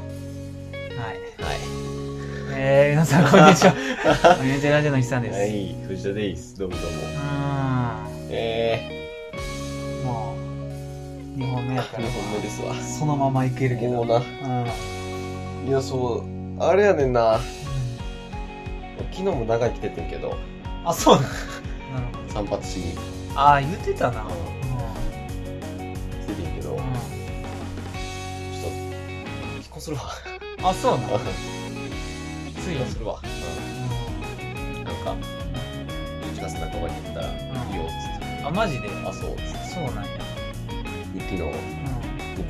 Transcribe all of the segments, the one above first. はい。はえー、皆さんこんにちは。オリエンテラジオの日さんい。です。はい、藤田です。どうもどうも。うえーん。もう、2本目やー、から2、本目ですわ。そのままいけるけど。う。もうんな。いや、そう、あれやねんな。昨日も長い来ててんけど、あ、そうなの。なるほ散髪しにど。ああ、言ってたな。うん。来ててんけど、ちょうっと、引っ越するわ。ん。あ、そうなの。ついに引っ。越するわ。うんなんか、11月半ばに行ったら、いいよ、つって。うんあ、マジであ、そう、つって。そうなんや。で昨日、向こ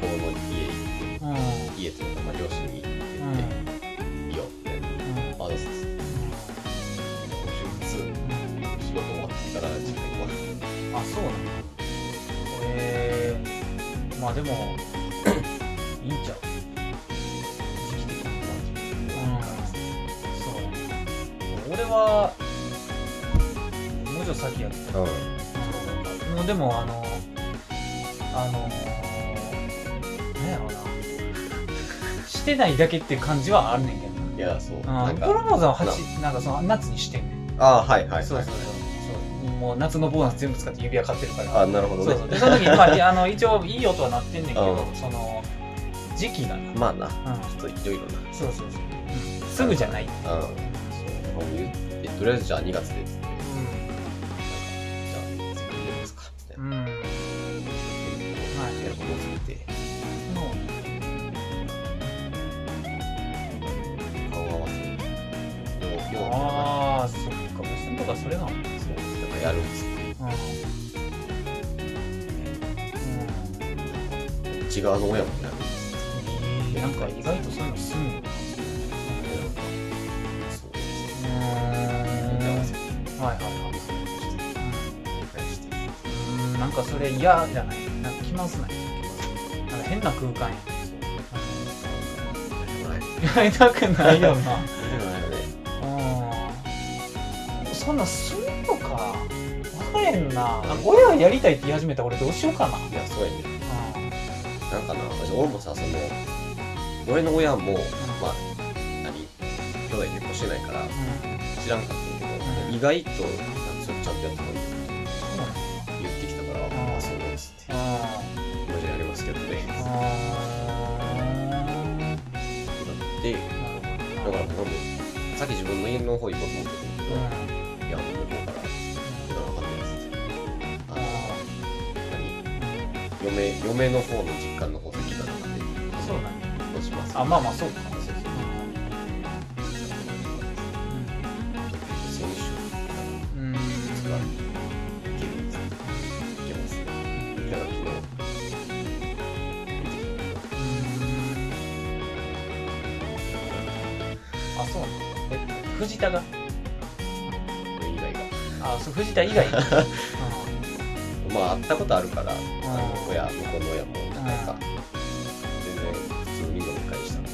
うのうん。うん。家、家っていうか、まあ、両親に行ってうん。うん。て、いいよって。あ、そうそうそう。今週末、仕事終わってから実家行こう。あ、そうなんだ。えー、まあ でも、いいんちゃう時期的うにんそう俺はもうちょっと先やけうん。どもうでもあのあのなんやろうなしてないだけっていう感じはあるねんけいや、そう。どななうんんコロか、モーザは8なんかその夏にしてんねんあはいはいはい。そうそうそうそうもう夏のボーナス全部使って指輪買ってるからあなるほどそね。うそうでその時に、まあいや、あの一応いい音は鳴ってんねんけどうその時期がな、うん、まあな、ちょっといろいろな。そうそうそう、うんすぐじゃないってうん。そう。えとりあえずじゃあ2月でっつって、なんか、じゃあ、次行きますか。みたいな。うん、うんやることを作って、もう顔合わせ。よう、よう、ああそっか別にとかそれなのうん、そう。なんかやるんですよ。う違うの親もやるんですん、なんか意外とそういうのすんのうよ。なんかそうですね。ーん合わせて、はいはい顔は合わいせして、理解して、うんなんかそれ嫌じゃないなんか気まずないなんか変な空間やそう。ない。やりたくないよなないよね。うんそんなんすんのか分かれんな親はやりたいって言い始めたら俺どうしようかないや、そうやね。うんなんかな、私俺もさ、その、俺の親も、まあ、何、兄弟結婚してないから、知らんかったんやけど、うん意外と、それちゃんとやった方がいいってそうなんですか言ってきたから、んあそうなんですって。あマジでやりますけどね。ーあで、ーなるだほどからなもう、さっき自分の家の方行こうと思ってたうんんだけど、いや、もう向こうから、それは分かんないですって。あの、何嫁、嫁の方の実家の方先だったんで、あそうなんやどうしますあまあまあそうかそうそうそう先週、うんいけるいけますね。だから昨あそうなんだえ藤田が日、以外が。あそう藤田以外うんまあ、会ったことあるから、あの親、向こうの親も、なんか、全然普通に飲み会したみた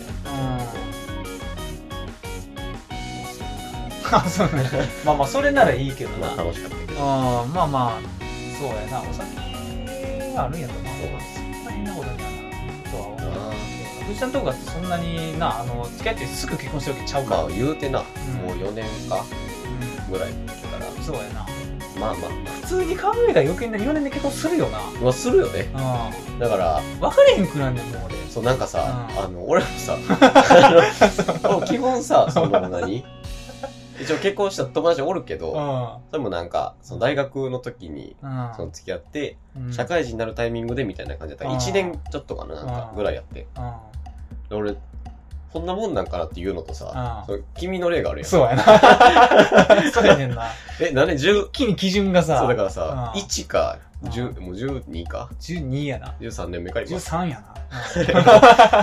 いあそうねまあまあそれならいいけどな。なまあ、楽しかったけど。あーまあまあそうやなお酒があるんやったらまあそうそんな変なことにはなとは思うあ藤田のとこだってそんなになあの付き合ってすぐ結婚してるわけちゃうーから、まあ、言うてな、もう4年かぐらいだから、うんそうやなまあまあ、ま普通に考えたら余計な4年で結婚するよなあ、まあ、するよね。うだから、ん別れへんくなんねんもう俺そう、なんかさ、うんあの、俺もさ、あの基本さ、その何一応結婚した友達おるけど、うそれもなんか、その大学の時に、そのん付き合って、うん社会人になるタイミングでみたいな感じだったうん1年ちょっとかななんかうんぐらいやってうで俺そんなもんなんかなっていうのとさうその君の例があるんやんそうやなそうやねんなえ何年10一気に基準がさそうだからさうん1かうん10もう12か12やな13年目か今13やな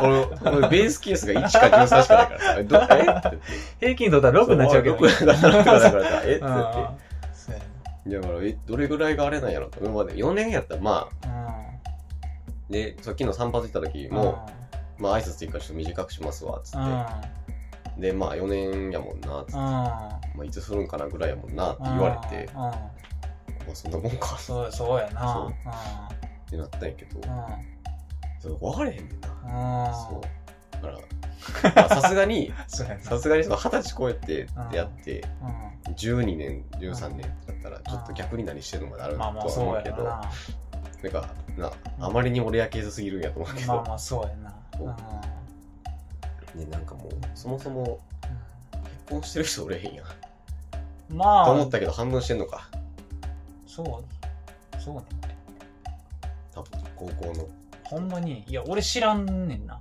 俺俺ベースケースが1か13しかないからさ えどえって平均取ったら6になっちゃうけど6になっちゃうからだからさえってう言っんそうやてだからえどれぐらいがあれなんやろって今まで4年やったらまあなでさっきの散髪行った時うんもまあ挨拶っていうかちょっと短くしますわっつうんっうてでまあ4年やもんなっつっうてんまあ、いつするんかなぐらいやもんなって言われて、うんうんまあ、そんなもんかっそうそうやなそうてなったんやけう、どんそれ分かれへんねんな。うんうんそう。からまあさすがに そうやなさすがにその二十歳超えて出会って12年13年だったらちょっと逆に何してるのまであうるん、とまあはまあそ思ううやけろどななんかなあまりに俺やけずすぎるんやと思うけまあど、まあそうやなうんうんね、なんかもうそもそも結婚してる人おれへんやんまあと思ったけど反論してんのかそうそうね多分高校のほんまにいや俺知らんねんな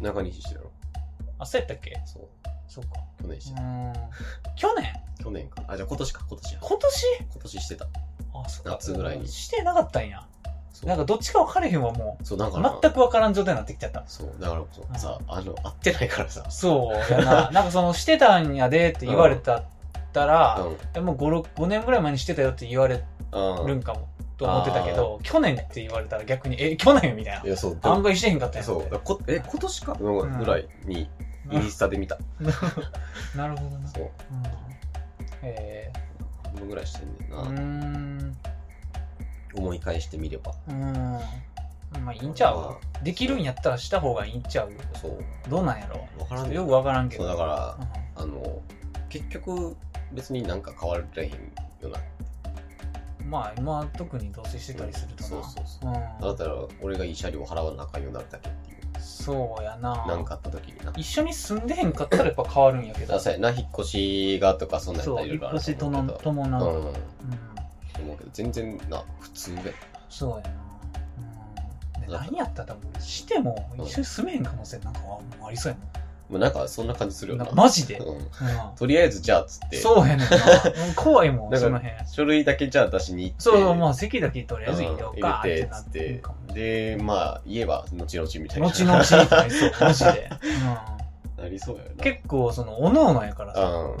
中西してるやろあそうやったっけそうそうか去年してうた、ん去年去年かあじゃあ今年か今年や今年今年してたあそっか夏ぐらいにしてなかったんやそうなんかどっちか分かれへんわもうそうなんかな全く分からん状態になってきちゃったそうだからこそさあの会ってないからさそうやな なんかそのしてたんやでって言われたったら、うんえもう 5, 5年ぐらい前にしてたよって言われあるんかもと思ってたけど去年って言われたら逆にえ去年みたいいやそうでな案も外してへんかったんやそうだからこえ今年かのぐらいに インスタで見た、なるほどな、そううん、え半分ぐらいしてんねー、んな、うーん思い返してみればうーんまあいいんちゃうまできるんやったらした方がいいんちゃうあそうどうなんやろわからんねよくわからんけそうどだからうんあの結局別になんか変わられへんよなまあ今は特に同棲してたりするとな、そうそうそううんだったら俺が慰謝料払わなあかんようになるだけっていうそうやななんかあった時にな一緒に住んでへんかったらやっぱ変わるんやけどださやな引っ越しがとかそんなんやそったうらい引っろいろ越あるしとと思うなけど伴う、うんん、思うけど全然な普通でそうやな、うん、でだから何やったら俺してもうん一緒に住めへん可能性なんかもうありそうまあなんかそんな感じするやよもなんマジで、うんうん、とりあえずじゃあっつってそうやねんなうん怖いも んなんかその辺書類だけじゃあ出しに行ってそうそうまあ席だけとりあえず入れようんうかっ入れててっなつっっててでまあ言えば後々みたいな後々になりそうマジで、 なりそうやなうん、結構そのおのおのやからさ、ううんん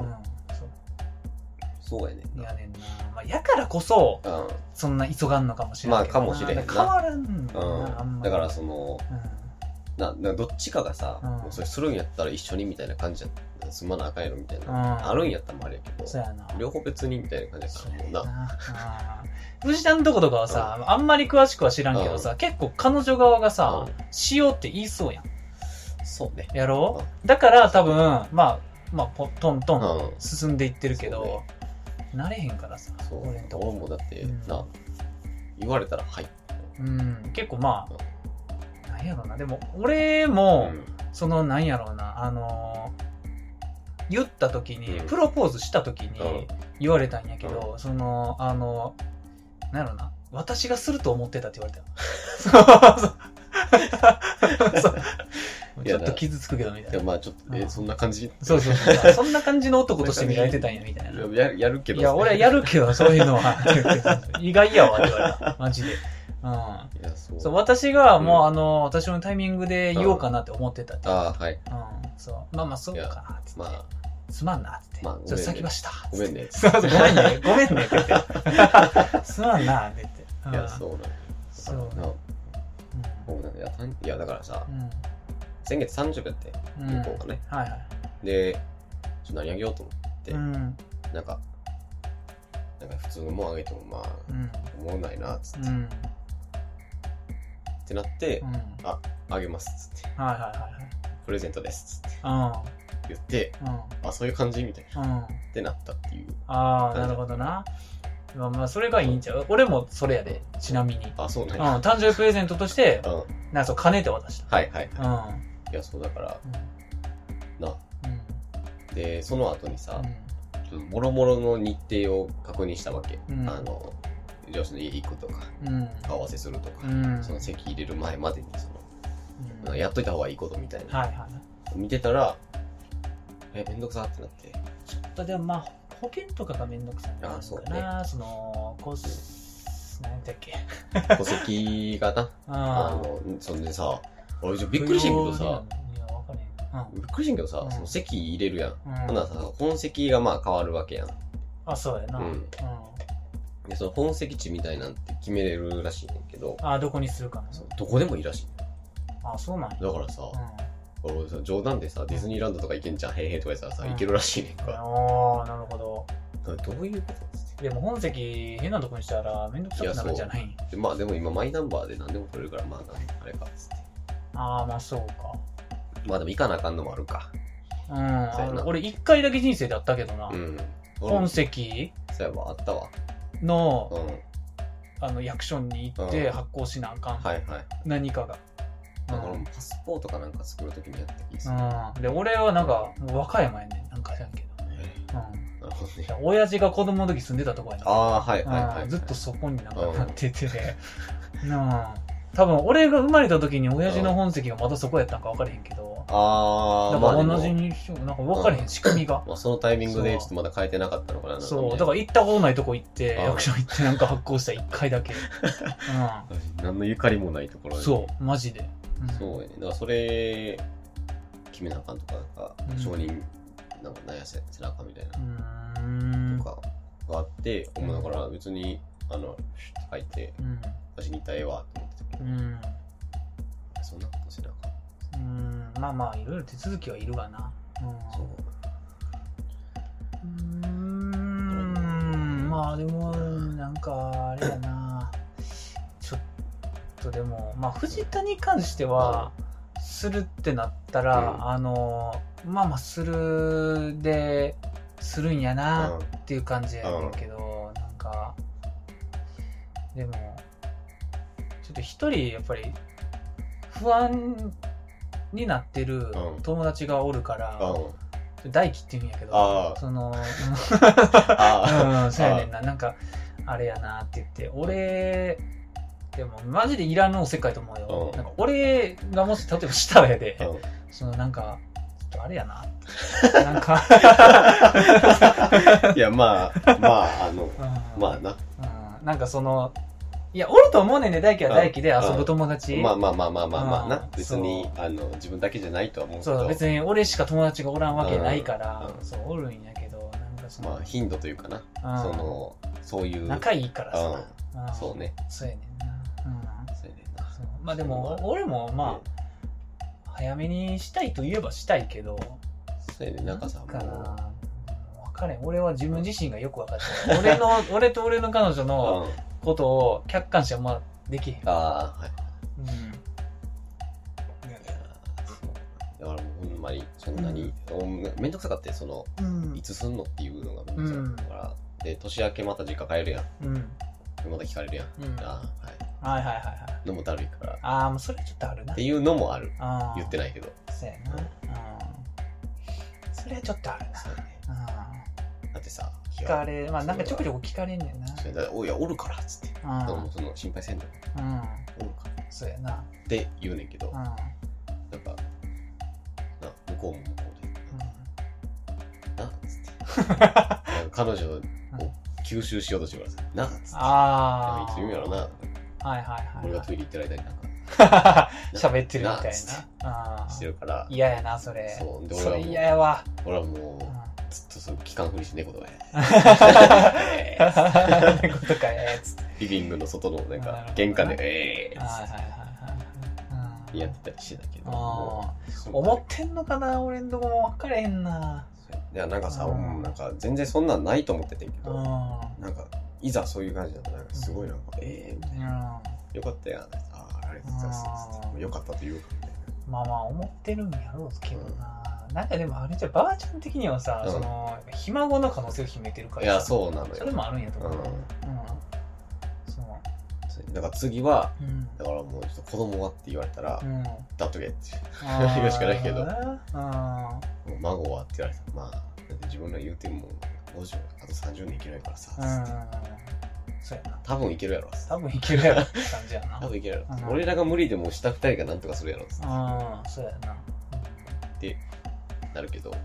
そうそうやねんいなやねんな、まあ、やからこそうんそんな急がんのかもしれないまあかもしれへんな変わらんのうよんなあんまだりからそのななどっちかがさ、うんもうそれするんやったら一緒にみたいな感じじゃすまなあかんやろみたいな、うんあるんやったらもあれやけうんどそうやな両方別にみたいな感じやそかうらもうやななうん藤田のとことかはさ、あんまり詳しくは知らんけどさ、結構彼女側がさ、しようって言いそうやん。そうねやろうだから多分、まあ、まあ、ポトントンうん進んでいってるけど、なれへんからさ、そう俺俺んとこ。もだって、うんな言われたらはいうん、結構まあ、なんやろな。でも、俺も、うんその、なんやろうな、あのー言った時に、うんプロポーズした時うんに言われたんやけど、その、あの、なんやろな、私がすると思ってたって言われた。そ うそう。そういちょやっと傷つくけどみたでいもな。まあちょっと、えうんそんな感じそうそうそう。そんな感じの男として見られてたんや、みたいな。 ややるけどいや、俺はやるるけど、そういうのは。 意外やわ、って言われた。マジで。うん。いやそうそう私がもう、うんあの私のタイミングで言おうかなって思ってたって、ああはいうんそうまあまあそうかなっつって、まあすまんなっつって、まあちょっと先走ったごめんね ねそうそうごめんねごめんねって言ってすまんなって言って、うんいやそうなんそうだからなうもうなんかいやたんいやだからさんうん先月誕生日やってうん向こうがね、はいはいでちょっと何あげようと思って、うんなんかなんか普通のもんあげてもまあうん思わないなっつって,、うんうんってなってはいあげますっつってはいはいプレゼントですっつっては言っていうんうんあそういう感じみたいなうんってなったっていうああなるほどなまあまあそれがいいんちゃう俺もそれやでちなみに、あそうなうんん、や誕生日プレゼントとしてうん、はいなんかそう金で渡しはいはいたうんいやそうだからなうんでその後にさ、もろもろの日程を確認したわけ、うんあの上司の家行くとかうん合わせするとか、うんその席入れる前までにその、うんなんかやっといた方がいいことみたいな、はいはい見てたらえめんどくさってなってまあでもまあ保険とかがめんどくさいのかなあそうねそのこう何だっけ戸籍がなあ あのそんでさ俺ちょっとびっくりしてんけどさいやわかんねびっくりしてんけどさ、うんその席入れるやん、えほうんならさ本籍がまあ変わるわけやん、あそうやなううんん、でその本籍地みたいなんて決めれるらしいねんけどあどこにするかなそうどこでもいいらしいあそうなんやだからさ、う俺さ冗談でさディズニーランドとか行けんじゃんへいへいとか言ったらさうん行けるらしいねんんか、ああなるほどだからどういうことっつっでも本籍変なとこにしたらめんどくさくなるんじゃないてでまあでも今マイナンバーで何でも取れるからまあなんあれかっつってああまあそうかまあでも行かなあかんのもあるか。うんあそうやなる俺一回だけ人生であったけどな、うん。俺本も籍そうやわ、あったわ。のう,、ん。はいあの役所に行ってうん発行しなあかん、はい。何かが、だからもうパスポートかなんか作るときにやった気がする。うん、で俺はなんかもう和歌山やねんなんか知らんけど、えうんーなるほどねで、。親父が子供の時住んでたとこやねんああー、はいはいはうい。んずっとそこになんかうんなってて、 なあ多分俺が生まれた時に親父の本籍がまだそこやったんか分からへんけど、ああ、なんかまあ同でじもにしようなんか分からへん仕組みが、まあ、そのタイミングでちょっとまだ変えてなかったのかななんそうねだから行ったことないとこ行ってうん役所行ってなんか発行した1回 だけ、う何のゆかりもないところん、にそうマジで、うんそうやねだからそれ決めなあかんとかなんかうん承認なんか悩せ背中みたいうなーんとかがあって、うんもうだから別にあのシュッと入ってうん私にたええわと思ってたけど、うんそんなことしなあかんうんまあまあいろいろ手続きはいるがなそううーんまあでもなんかあれやなちょっとでもまあ藤田に関してはするってなったら、うんあのまあまあするでするんやなっていう感じやねんけど、なんかでもちょっと一人やっぱり不安になってるうん友達がおるから、うんうん大輝って言うんやけあどあその あうんうんそうやねんななんかあれやなって言って俺でもマジでいらんの世界と思うようんなんか俺がもし例えばしたらやであうんそのなんかちょっとあれやな なんかいやまあまああのうんまあなうんなんかそのいやおると思うねんで大輝は大輝で遊ぶ友達まあまあまあまあまあまあうんな別にあの自分だけじゃないとは思うけそうど別に俺しか友達がおらんわけないからうんそうおるんやけどなんかそまあの頻度というかなうんそのそういう仲いいからさうんんそうねそうやねんなうんそうやねんなそうまあでまもあ俺もまあ早めにしたいといえばしたいけどそうやねんなんかさかなもう分かれん俺は自分自身がよく分かっ てない俺の俺と俺の彼女のうんことを客観視はまあできへん、ああはいうん、いやーそうだからもうほんまにそんなに、うんめんどくさかってそのうんいつすんのっていうのがめんどくさかったから、で年明けまた実家帰るやんうんまた聞かれるやん、うんああはいはいはいはいはいのもだるいからっああもうそれちょっとあるなていうのもあるあ言ってないないけどそうやな、うん、それはちょっとあるそうやねな、だってさうん、聞かれまあなんかちょこちょこ聞かれんねんなそうやだからおいやおるからっつって、でもその心配せんでもうん、うん、おるからっそうやなて言うねんけど、うなんんかな向こうも向こうでなっつってなんか彼女を吸収しようとしてくださいなっつってなんああ。かいつ言うんやろなはいはい俺がはトイレ行ってる間になんかい。 喋ってるみたいな。してうんるから嫌やな、それ。そうで俺そはれもう嫌やわ。俺はもうんうずっとその期間ふりして猫とかね えーなん てことかえーつっ て。リビングの外のなんなるほどかな玄関でええはいはいはいはいうん。やってたりしてたけどあもう思ってんのかな、俺んとこも分かれへんな。いやなんかさうんもうなんか全然そんなんないと思っててんけうどん。うん。なんかいざそういう感じだったらなんかすごいなんかええみたいなよかったやんああありがとうございますうんもうよかったというかみたいなまあまあ、思ってるんやろうけどな。なんかでもあれじゃ、ばあちゃん的にはさ、うんその、ひ孫の可能性を秘めてるからいさ。やそうなのよそれもあるんやとう思う。うん。そう。んだから次はうん。だからもうちょっと子供はって言われたらうん。だっとけってあー 言うしかないけどうん。あもう孫はって言われたらまあだって自分ら言うても50あと30年いけないからさ、うん。そうやな。多分いけるやろ多分いけるやろって感じや な。多分いけるやろ、うん俺らが無理でも下二人がなんとかするやろうん、そうやな。なるけどそう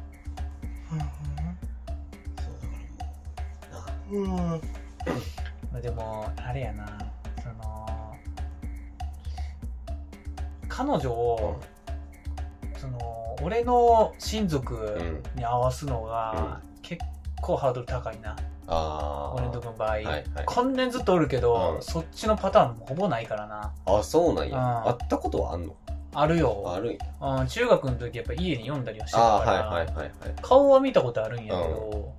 だからもうん。でも、あれやな。その、彼女を、その、俺の親族うなうんに合わすのが、結構ハードル高いな。ああ俺のとこの場合。いはい関連ずっとおるけど、うんそっちのパターンもほぼないからな。あそうなんや、うんあったことはあんのあるあよ。るんやうん、中学の時やっぱ家に読んだりはしてたあから、ーはいはいはいはい顔は見たことあるんやけど、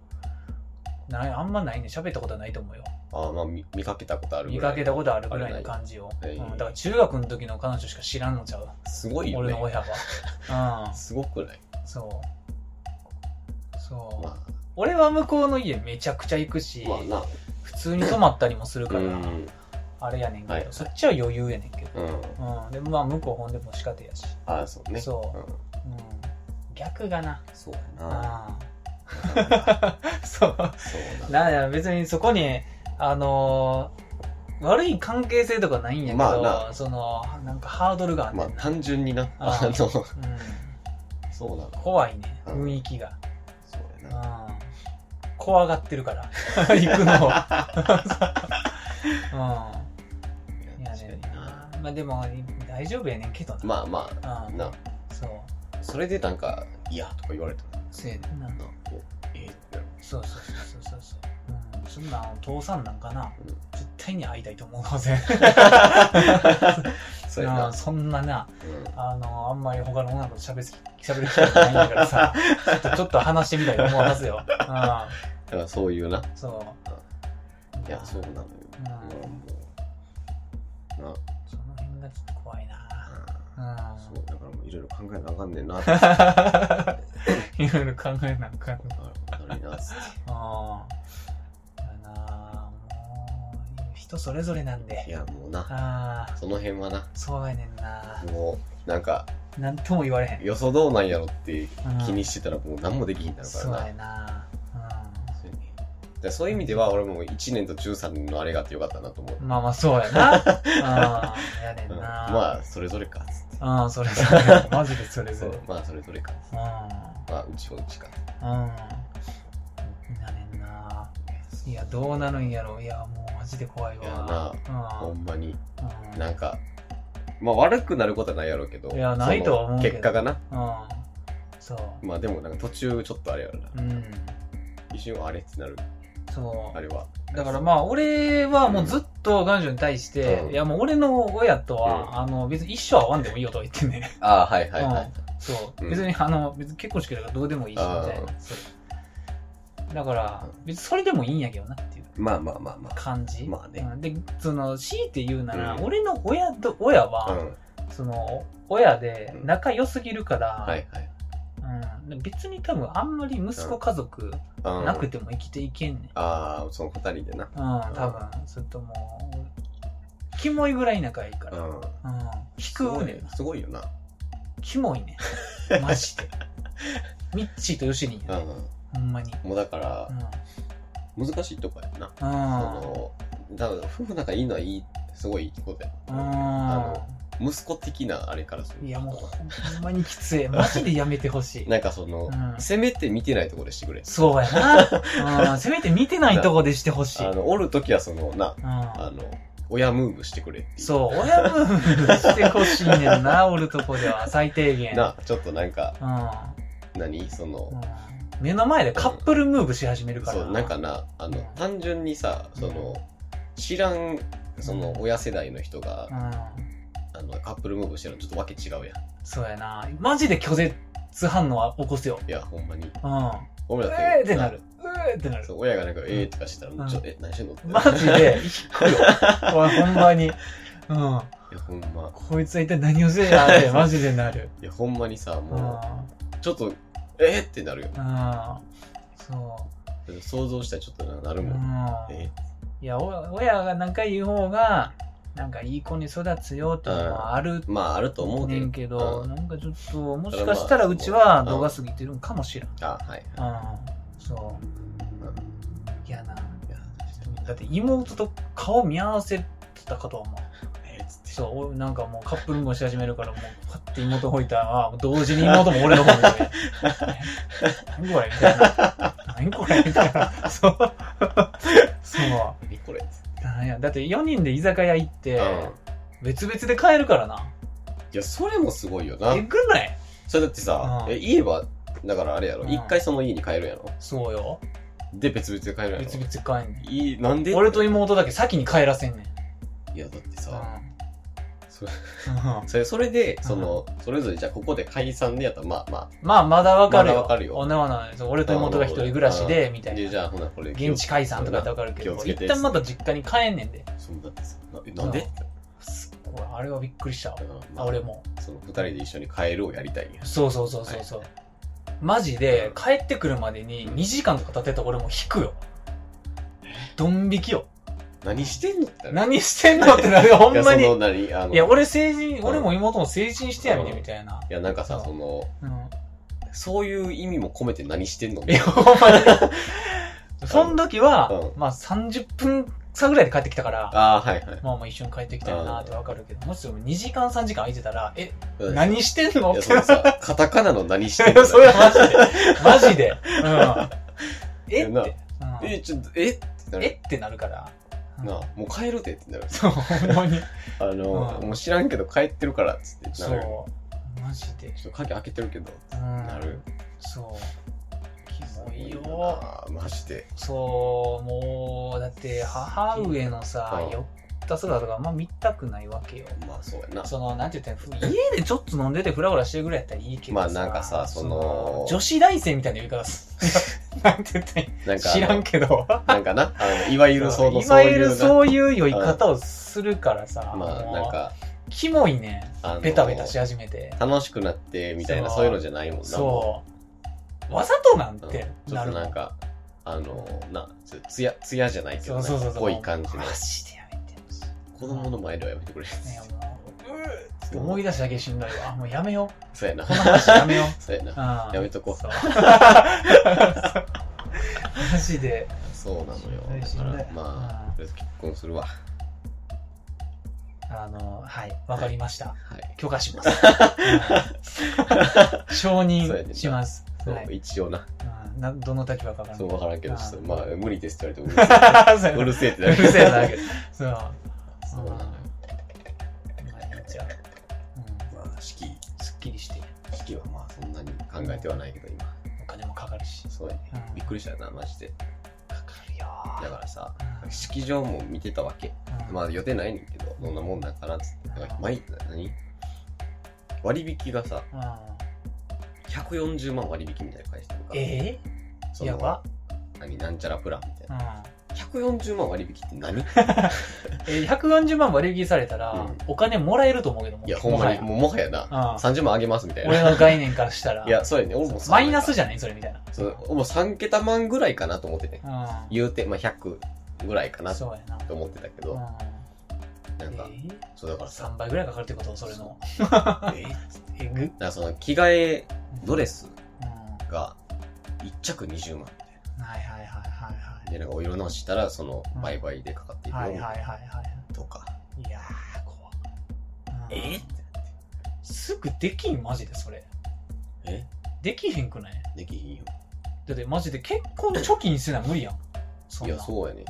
ないあんまないね。喋ったことはないと思うよ。あああ、まあ見見かけたことある見かけたことあるぐらいの感じを、あれないうんだから中学の時の彼女しか知らんのちゃうすごいよ俺のね。親 はすごくないうんそうそう、ま俺は向こうの家めちゃくちゃ行くあし、、まあな。普通に泊まったりもするかうら、ん。あれやねんけど、はいそっちは余裕やねんけど、うん。うん、でもまあ向こうほんでも仕方やし、ああ、そうね。そうん。う、うん、逆がなそうやな。ああ そうそうな。なんや別にそこにあのー悪い関係性とかないんやけど、まあそのなんかハードルがあんまねあんな、単純にな。あああの、そううなの。ん、怖いねうん雰囲気が、そううやんな。怖がってるから 行くのを、うん、いやね確かにな。まあでも大丈夫やねんけどな、まあまあ、うんな。そうそれでなんか、いや、とか言われたら、せやねんなな、こう、えーってなる。そうそうそうそうそうそう、うん、そんなん父さんなんかな、うん絶対に会いたいと思うぜそうやな。うんそんななうんあのあんまり他の女の子と喋る喋る機会がないんだから さちょっとちょっと話してみたいと思うはずよ、うだからそういうな。ん、そういや、そううなのよ。んだからもう、な、その辺がちょっと怖いなうん そう、だからもういろいろ考えなあかんねんな。いろいろ考えなんかなるほど な。ああだなもう人それぞれなんいでや、もうな、ああその辺はな、そうやねんなもう、なんか、なんとも言われへんよそどうなんやろってうん気にしてたらもう何もできひんだろうからそうな。やな、そうやねだからそういう意味では俺も1年と13年のあれがあってよかったなと思う。うん、まあまあそうや なうんやねんう、、なんまあ、それぞれかっつって。あうんそれぞれマジでそれそぞれう、まあ、それぞれかっつって。うんまあ、うちはうちかっつって。うんやねんないやどうなるんやろいやもうマジで怖いわいやうほんんまに、うんなんか、まあ悪くなることはないやろうけど、いやないとは思うけどその結果がな。うんそうまあでもなんか途中ちょっとあれやろな。うん一瞬あれってなる、そあれは。うだからまあ俺はもうずっと彼女に対して、うんいやもう俺の親とうは、あの別に一生会わんでもいいよとは言ってん ねああ、はいはいはい。そう、う ん別にあの別に結婚式だからどうでもいいしみあーたいなそうだからう別にそれでもいいんやけどなっていうまあまあまあまあ。感じ、まあねうんでその強いて言うなら、うん俺の親と親うん。は、はいその親で仲良すぎるから、はい。うんで別に多分あんまり息子家族うんなくても生きていけんねああ、その二人でな。ん、うん、多分それともうキモいぐらい仲いいから、うんん。引すごくいねんね。すごいよな。キモい ねんマジでミッチーとヨシリンやうね、ん。ほんまにもうだから、う難しいとこやな。ん。そうん。の、だから夫婦仲いいのはいい、すごいいいことや。う息子的なあれからするん。いや、もうほんまにきつ い。マジでやめてほしい。なんかその、うんせめて見てないところでしてくれ。そうやな。うん。せめて見てないとこでしてほしい。あうん。の、おるときはその、な、あの、親ムーブしてくれっていう。そう、親分してほしいねん な、おるとこでは、最低限。な、ちょっとなんか、うん。何その、うん目の前でカップルムーブし始めるから。そう、なんかな、あのうん、単純にさ、その、知らん、その、親世代の人がう、ん。あの、カップルムーブしてるのちょっとわけ違うやん。そうやな。マジで拒絶反応は起こすよ。いや、ほんまに。うん。俺うだえーってなる。。うえーってなるそ。う、親がなんか、えーとかしてたら、うんちょっと、え、何してんのって。マジで、引くよ。 おいほんまに。うん。いや、ほんま。こいつは一体何をせえやってマジでな る。いや、ほんまにさ、うもん。う、ちょっと、えーってなるよ。うん。そ想像したらちょっとななるう。うもん。ん。えいや、お親が仲いい方が、なんかいい子に育つよっていうのはあるまあ、あると思うねけどん。けど、うなんかちょっと、もしかしたらうちは度が過ぎてるんかもしれん。あ、はい。うん。そうう。いやな。んいやだって妹と顔見合わせてたかとは思う。えーっつって。そう、俺なんかもうカップルもし始めるから、もう、パッて妹ほいたら、あー同時に妹も俺の方に。 何これみたいな。何これみたいな。そう。そう。何これっつって。なんや、だって4人で居酒屋行って、うん別々で帰るからな。いや、それもすごいよなえ。ぐないそれだってさ、うんえ、家は、だからあれやうろ。ん一回その家に帰るやろ。そうよ。で、別々で帰るやろ。別々で帰んねいい、なんでん。俺と妹だけ先に帰らせんねん。いや、だってうんさ、。そそれそれで、その、それぞれじゃあここで解散でやったら、まあまあ。まあ、まだわかるよ。まだわかるよおなおなそう俺と妹が一人暮らしで、みたいで、な。じゃあほなこれ。現地解散とかやってわかるけど、気をつけて一旦また実家に帰んねんで。そうだってさ。なえなんで、すっごい、あれはびっくりしたわ。うんあまあ俺も。その二人で一緒に帰るをやりたいんや。そうそうそうそうそうは。マジで、帰ってくるまでに2時間とか経ってたら俺もう引くよ。ドン引きよ。何してんのってなる何してんの ってなるよ、ほんまいや、そに。の何あの。いや、い俺成人、俺も妹も成人してやめうんてみたいな。やなんかさ、そその、うん。そういう意味も込めて何してんのいや、ほんまに。その時は、うまあ30分差ぐらいで帰ってきたから、ああ、はいはい。まあまあ一緒に帰ってきたよなってわかるけど、もし2時間3時間空いてたら、え、うん何してんのっいてや、そ のさ、カタカナの何してんのそれはマジ で。マジで。いうん。えやなって。うんえ、ちょっと、えってなえる。ってなるから。うんなあ、もう帰るでって なる。そう、ほんまに。あの、うんもう知らんけど帰ってるからっつってそなる。う。マジで。ちょっと鍵開けてるけど、うん。なる。そう。キモいよ。ああ、マジで。そう、もう、だって、母上のさう、ん酔った姿とか、あんま見たくないわけよ。まあ、そうやな。その、なんて言ったら、家でちょっと飲んでてフラフラしてるぐらいやったらいいけどまあなんかさその女子大生みたいな言い方す なんて言ったらいなんいか、知らんけど。あのなんかな、あの、いわゆるその、いわゆうるなそういう酔い方をするからさ、まあ、もうなんか、キモいねあのベタベタし始めて楽しくなってみたいな、そうそういうのじゃないもんな。もそうわざとなんううんてちょなっとるなんか、あの、な、つつや、つやじゃないけそど、うそうそうそうぽい感じのマ。ジでやめてほし子供の前ではやめてくれ。いねもううーっつって思い出しただけしんどいわもうやめようそうやなこ。の話や めようそうやな。うんやめとこうそうマジでそうなのよ。だしかんどいら、まうあ、んとりあえず結婚するわ。あのはいわかりましたはい。許可します、うん承そうやねん認なしますそう、はい一応な。うんなどの立場かわからんそう、わからんけど、うんちょっとまあ、無理ですって言われてそううるせえ、ううるせえってなる。るせえなわけそうまそうなのよ。あいいじゃんうんまあ、式、すっきりして式はまあ、そんなに考えてはないけど、今。お金もかかるしそうやね。うんびっくりしたよな、マジで。かかるよだからさ、うん式場も見てたわけ。うんまあ予定ないねんけど、どんなもんだからっつって。だから毎何割引がさ、うん140万割引みたいな返してるから。えそやばの、何、なんちゃらプランみたいえうな。ん140万割引っ て何いえ140万割引されたら、うんお金もらえると思うけどもや、ほんまに、ももうもはやうな、ん30万あげますみたい俺な。の概念からしたらいや、そうやね。俺もさ マイナスじゃないそれみたいなそう、もう3桁万ぐらいかなと思ってて。うん言うて、まあ100ぐらいかなとそうやな思ってたけうど、んなんか、ええそうだからさ、 3倍ぐらいかかるってことそれのえだかえぐらその着替え、ドレススうんはが1着20万。いはいはいはいはいで、なんかお色直ししたら、そのうん、売買でかかっていくはいはいのはいはとか。い。いやー、怖っうんえってなってすぐできん、マジでそれ。えできへんくないできひんよ。だってマジで結婚貯金せな無理やん。そんいなや、そうやね。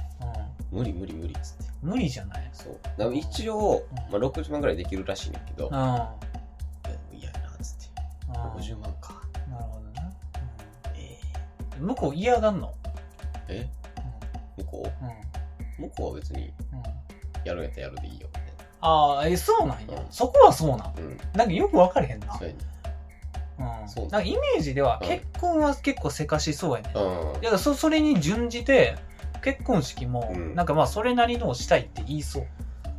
無理無理無理っつって。うん。無理じゃないそう。だから一応うん、まあ、60万ぐらいできるらしいねんだけどうん。、うんいや、いやな、つって。50万か。なるほどね。えうん向こう嫌がんのーえ向こうん。うん。う向こうは別に、うん。やるんやったらやるでいいよ。みたああ、え、そうなんやう。んそこはそうなん。いなうん。なんかよく分かれへんな。そうやね。うん。そうなんかイメージではうん結婚は結構せかしそうやね。うんい。やそそれに準じて結婚式も、うんなんかまあそれなりのをしたいって言いそう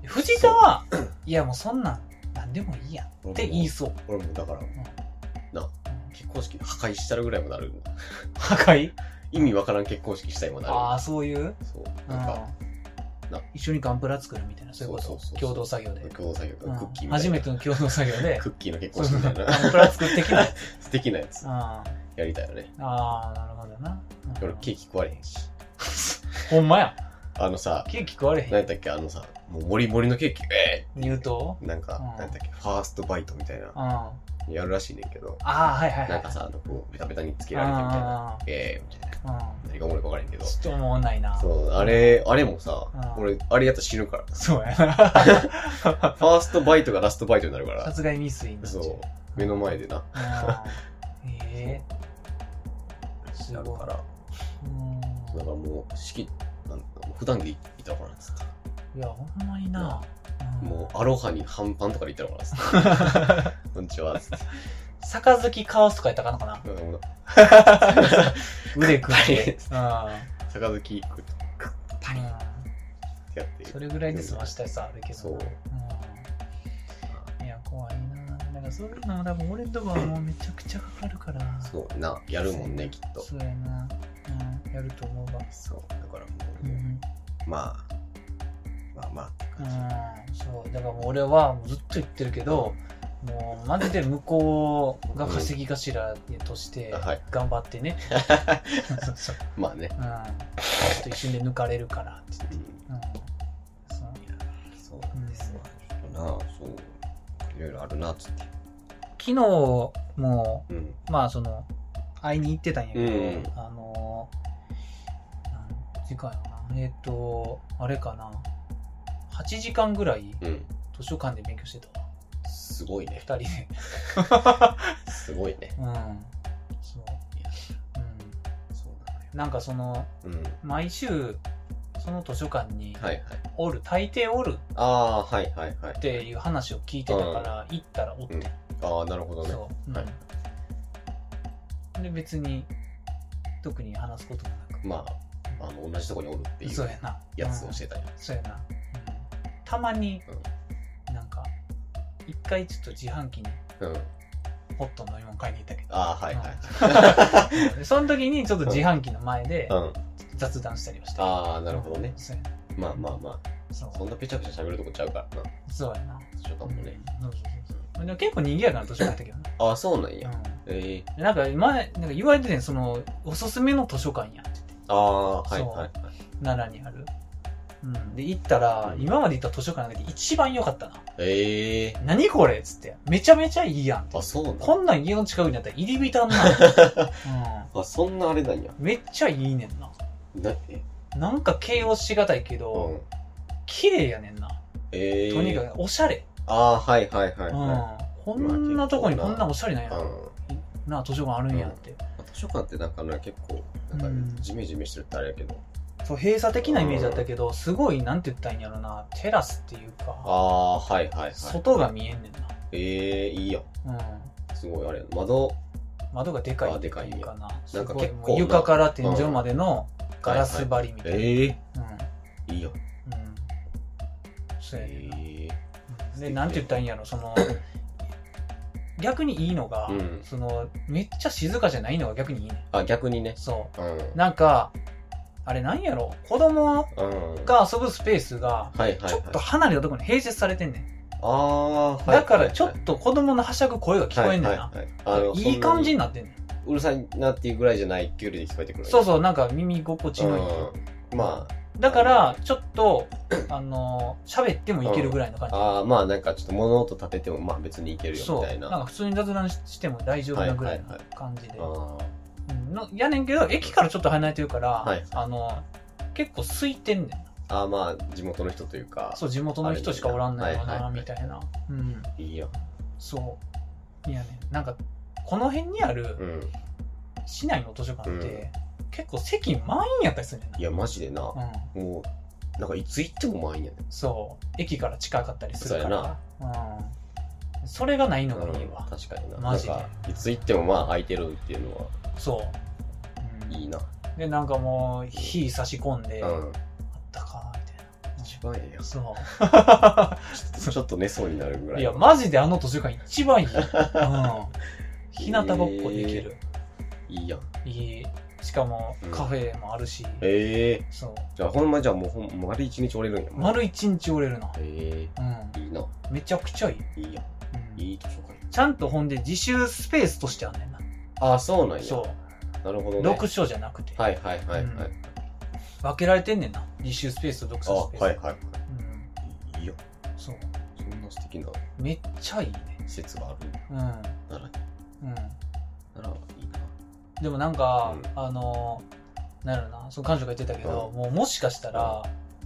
藤田 はいやもうそんなん何でもいいやんって言いそう、俺もだから、うん結婚式破壊したるぐらいもなる。破壊意味わからん結婚式したいもなる。ああそういうそう。なんか、うんな一緒にガンプラ作るみたいなそういうことそうそうそうそう共同作業で、共同作業うがんクッキーみたいな。初めての共同作業でクッキーの結そう婚式そうみそうたいな。ガンプラ作ってきなうん素敵なやつ。あやりたいよね。あなるほどな、うん俺ケーキ食われへんし。ほんまやあのさ、ケーキ食われへん何やったっけあのさ、もうモリモリのケーキ、え言うとーなんか、うん何やったっけファーストバイトみたいなうん、あやるらしいねんけど、あはいはいはいなんかさ、あの、こう、ベタベタにつけられてみたいな。あえーみたいな。あうん何がおもろいかわからへんけど。ちょっと思わないな。そう、あれ、あれもさうん、俺、あれやったら死ぬから。そうや な。ファーストバイトがラストバイトになるから。殺害未遂になっちゃう。そう。目の前でな。うん。ええすやごるいか。ら。うんだからもう、式、なんか、普段でいたからっつって。いや、ほんまにな。もうアロハに半パンとかで行ったのかな こんにちは。杯かわすとかやったかなか な腕くって。 うん杯食うとパリン。やってそれぐらいで済ましたやつあるけど。そう。うんいや、怖いな。なんかそういうのは多分俺んとこはもうめちゃくちゃかかるから。そうな、やるもんね、きっと。そうやな。うん、やると思うわ。そう、だからもうう、ん。まあ、まあまあってう感じ。ん、そう。だからもう俺はもうずっと言ってるけど、もうマジで向こうが稼ぎ頭としてうんはい頑張って ね。そうそうまあね。うん。ちょっと一瞬で抜かれるからってうん言って。うん。そう。いやそうなんですわ。ちょっとな、そう、いろいろあるな、つって。昨日も、うん。まあその会いに行ってたんやけど、うんあの何時間やろなえっ、とあれかな8時間ぐらいうん。図書館で勉強してたわすごい2ね。人 ですごいね。うんそういやうそうなのよ。んなんかそのうん。毎週その図書館にはいはい。おる、大抵おるああー、はいはいはいっ。ていう話を聞いてたから、行ったらおって、うんああ、なるほどね。そう、うんはいで別に特に話すこともなくまあ、あの、同じとこにおるっていそううやなやつをしててたよ。そうやな、うんたまに、なんか一回ちょっと自販機にうん。ホットの飲み物買いに行ったけどああ、はいはい。でその時にちょっと自販機の前でうん。雑談したりはした、ああ、なるほどね。そうやなまあまあまそあ、そんなぺちゃくちゃ喋るとこちゃうからな。うそうやな図書館もね。うんそうそうそうでも結構賑やかな年だったけどな、ああ、そうなんや。うええ。ん、なんか前なんか言われててんそのおすすめの図書館やって言ってああ、はいはいはい。奈良にある、うん、で行ったら、うん今まで行った図書館の中で一番良かったなええ。何これっつってめちゃめちゃいいやんってあ、そうなんこんなん家の近くにあったら入り浸んな。あ、そんなあれなんや。うん。めっちゃいいねんな。な、え、なんか形容しがたいけうど、ん。綺麗やねんな。ええ。とにか。くおしゃれ。ああ、はいはいはいはうん。こんなとこにこんなおしゃれなんい。や。うん。なあ、図書館あるんやって。図書館ってなんかね、結構、うなんんか、ジメジメしてるってあれやけど。そう、閉鎖的なイメージだったけど、すごい、なんて言ったらいいんやろな、テラスっていうあか、あ、はいはいはい。外が見えんねんええ、いいやん。な。すごい、あれやな。う窓、ん。窓がでかいってあでかいいんうやかな。なすんかごい結構なもう床から天井までのガラス張りみたいな。ええ、ういいやん。ん。うん。そうやねんな。ええ。で、なんて言ったらいいんやろ、その、逆にいいのが、うんその、めっちゃ静かじゃないのが逆にいいね。あ、逆にね。そうん。う。なんか、あれなんやろ、子供うん。が遊ぶスペースが、はいはいちょはいっ。と離れたところに併設されてんねん。ああ、はいはいはいだから、ちょっと子供のはしゃぐ声が聞こえんねんな。はいはいはいあのいい感じそにんなになってんねん。うるさいなっていうぐらいじゃない距離で聞こえてくるそううそう、なんか耳心地のいい。んまだから、ちょっと、あの、喋ってもいけるぐらいの感ああーまあなんかちょっと物音立ててもまあ別にいけるじ。よそみう。たいななんか普通に雑談ししても大丈夫なぐらいのはいは感じで。あうんのやねんけど駅からちょっと離れてるから、はいあの結構空いてんねんなーあーまあ地元の人というかそう地元の人しかおらんないよな、はいはいはいみたいなうんいいやそういやねんなんかこの辺にあうるん市内の図書館って、結構席満員やったりするねんないやマジでなうもんうなんかいつ行っても満員やねそう駅から近かったりするかそうらうん、それがないのがいいわう、ん確かになマジでなんかいつ行ってもまあ空いてるっていうのはそう、うんいいなでなんかもう火差し込んで、うあっんたかなみたい一番ええなそう やんちょっと寝そうになるぐらいいや、マジであの図書館一番い い。うん。日向ぼっこできる。いいやんいい。しかもうん、カフェもあるし。ええそう。じゃあほんまじゃあもうほん丸一日おれるんや丸一日おれるな。えう。えいいなんめちゃくちゃいい。いいやんうんいい図書館ちゃんとほんで自習スペースとしてあんねんな。ああそうなんやそなるほどう。ね読書じゃなくて。はいはいはいはい、うん分けられてんねんな。自習スペースと読あ書スペース。はいはいはうん。いいいよそう。そんな素敵なめっちゃいいね。施設があるうん。なうらん。ならいいなでもなんかうん、あの、なんやろな。その彼女が言ってたけど、うもうもしかしたら、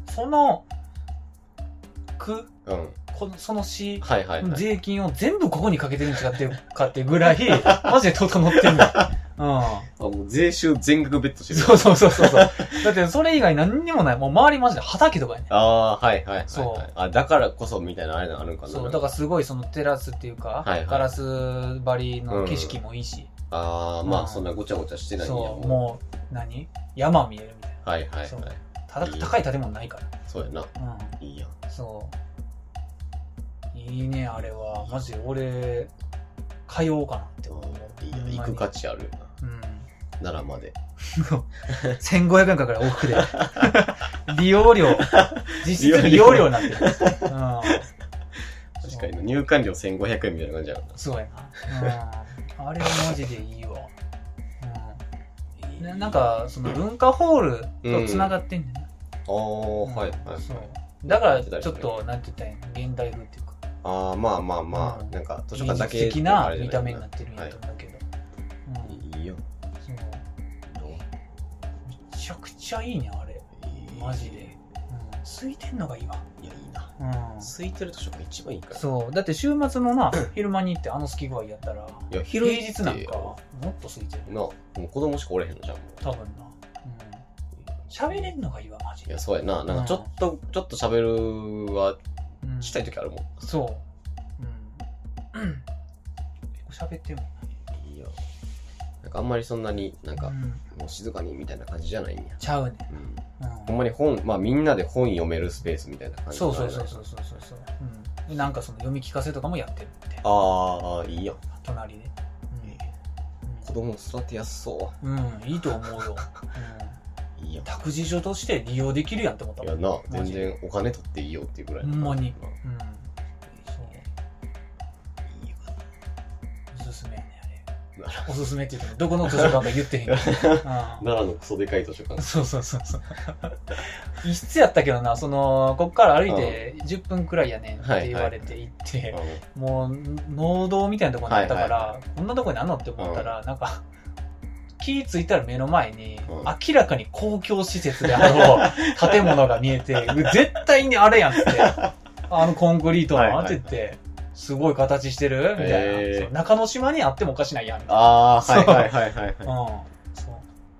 その、区うんこのその市、はいはいはい 税金を全部ここにかけてるん違ってるかっていうぐらい、マジで整ってんだ。うん。あ、もう税収全額ベットしてる。そうそうそうそうそう。だってそれ以外何にもない。もう周りマジで畑とかやね。ああ、はいはいはい、はい。そうあ、だからこそみたいなあれがあるんかな。そう、だからすごいそのテラスっていうか、はいはいガラス張りの景色もいいし、ああ、うまあんそんなごちゃごちゃしてないんや。そう、もう、何山見えるみたいな。う。はいはいはい。そそううただいい高い建物ないから。やな。ういいやん。ん、そう。いいね、あれは。マジで俺、通おうかなって思う。いいやん。行く価値あるようん。な。奈良まで。 1500円かかる、往復 で。利用料。実質利用料になってる。うん。確かにな。入館料1500円みたいな感じやろな。そうやな。うん。あれはマジでいいわ。うん。ななんか、その文化ホールと繋がってんねんな。ああ、はいはいはい。そう。だから、ちょっと、なんて言ったらいいの現代風っていうか、ああ、まあまあまあ、うんなんか図書芸館だ術け的あなれ見じゃいた目になってるんやと思うけど。うん。いいよ。そう。めちゃくちゃいいね、あれ。マジで。うん。空いてんのがいいわ。いや、いいな。うん。空いてる図書館一番いいから。そう。だって週末のな、昼間に行ってあの 好き具合やったら、いや、平広いって日なんか、もっと空いてる。な、もう子供しかおれへんのじゃん。もう多分な。うん。喋れんのがいいわ、マジいでや、。そうやな。なんかちょっと、ちょっと喋るはうんしたい時あるもん。そう。うん。うん 結構喋ってもいいよ。なんかあんまりそんなになんかう、んもう静かにみたいな感じじゃないんや。ちゃうね。うん。うほんん。まに本、まあみんなで本読めるスペースみたいな感じそうそうそうう。そうそうそうそう。うんで。なんかその読み聞かせとかもやってるみたいな。ああ、いいよ。隣で。子供育てやすそうん。うん、いいと思うよ。う。いいようん。。託児所として利用できるやんって思ったいもやん。な、マ全ジ然お金取っていいよっていうぐらい。ほんまにまあうん。そう。いいよおすすめやね、あなるれ。おすすめって言っても、どこの図書館か言ってへんけど。うん奈良のクソでかい図書館。そうそうそうそう。一室やったけどな、その、こっから歩いて10分くらいやねんって言われて行って、あもう、農道みたいなとこにあったから、はいはいこんなとこにあんのって思ったら、なんか、気ついたら目の前に、うん明らかに公共施設であろ う建物が見えて、うわ絶対にあれやんっつって、あのコンクリートの、はいはいはいって言って、すごい形してるみたいな、へーそう中之島にあってもおかしないやんみたいな。あー、そはういはいはいはいはい。うん。そう。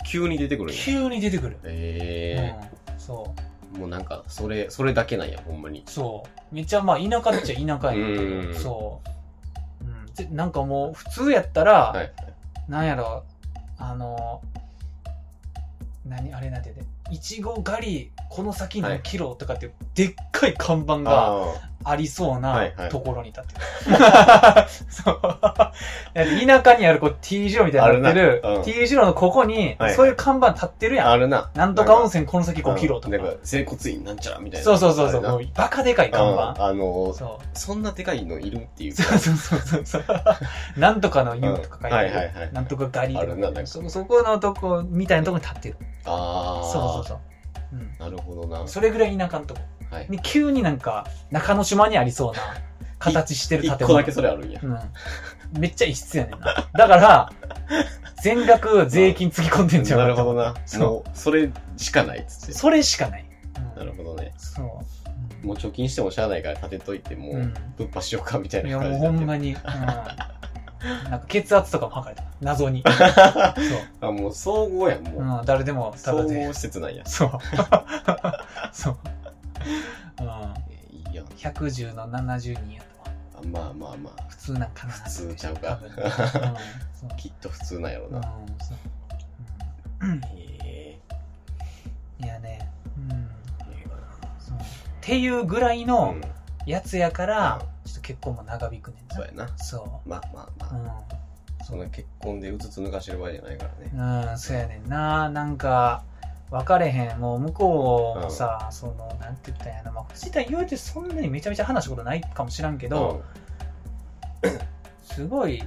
急に出てくるんや。急に出てくる。えうん。そう。え。もうなんか、それ、それだけなんや、ほんまに。そう。めっちゃまあ田舎っちゃ田舎やねんけうど、んそう。うんぜ、なんかもう普通やったら、はいなんやろ、あの、何あれなんて言うね、いちご狩り、この先は何いキロとかって、でっかい看板があありそうはないはいところに立ってる。 そう。だって田舎にあるこう T 字路みたいになってるあるなうん T 字路のここにはい、そういう看板立ってるあ。やあん。るな。なんとか温泉この先5キロとかな。んか、整骨院なんちゃらみたいな。そうそうそうそう。あもれうバカでかい看な板。あの、そう。そんなでかいのいるっていうか。そうそうそうそう。 なんとかの湯とか書いてある。うんはいはいはいなんとかガリとあるななんかかそ。そこのとこみたいなとこに立ってる。あそうあ。そうそう。うん。なるほどな。はそれぐらい田舎のとこ。い。に急になんか、中之島にありそうな 形してる建一物。個だけそれあるんや。うん。めっちゃ異質やねんな。だから、全額税金つぎ込んでんじゃん。なるほどな。そうもう、それしかないっつって。それしかない。うんなるほどね。そう。うんもう貯金してもしゃあないから立てといて、もう、うんぶっぱしようかみたいいなや、感もうじほにんなっまに。うん。なんか血圧とかも測れた。謎 に。てる。そう。あ、もう総合やん、もう。うん、誰でもた総だ合で。施設なんや。そう。 そう。うん。えいいやん。 110の70人やったわ。あまあまあまあ、普通なんかな。普通ちゃうか多分うん。そう。きっと普通なんやろうな。んへ、そうえうん。いやね。うん。そう。っていうぐらいのうん。やつやから、ちょっと結婚も長引くねんなそうやな。そまあまあう。うまあ。ん。そんな結婚でうつつ抜かしてる場合じゃないからね。うん、そうやねんな。なんか、分かれへん。もう向こうもさ、その、なんて言ったんやな。まあ、藤田言うてそんなにめちゃめちゃ話したことないかもしらんけど、すごい、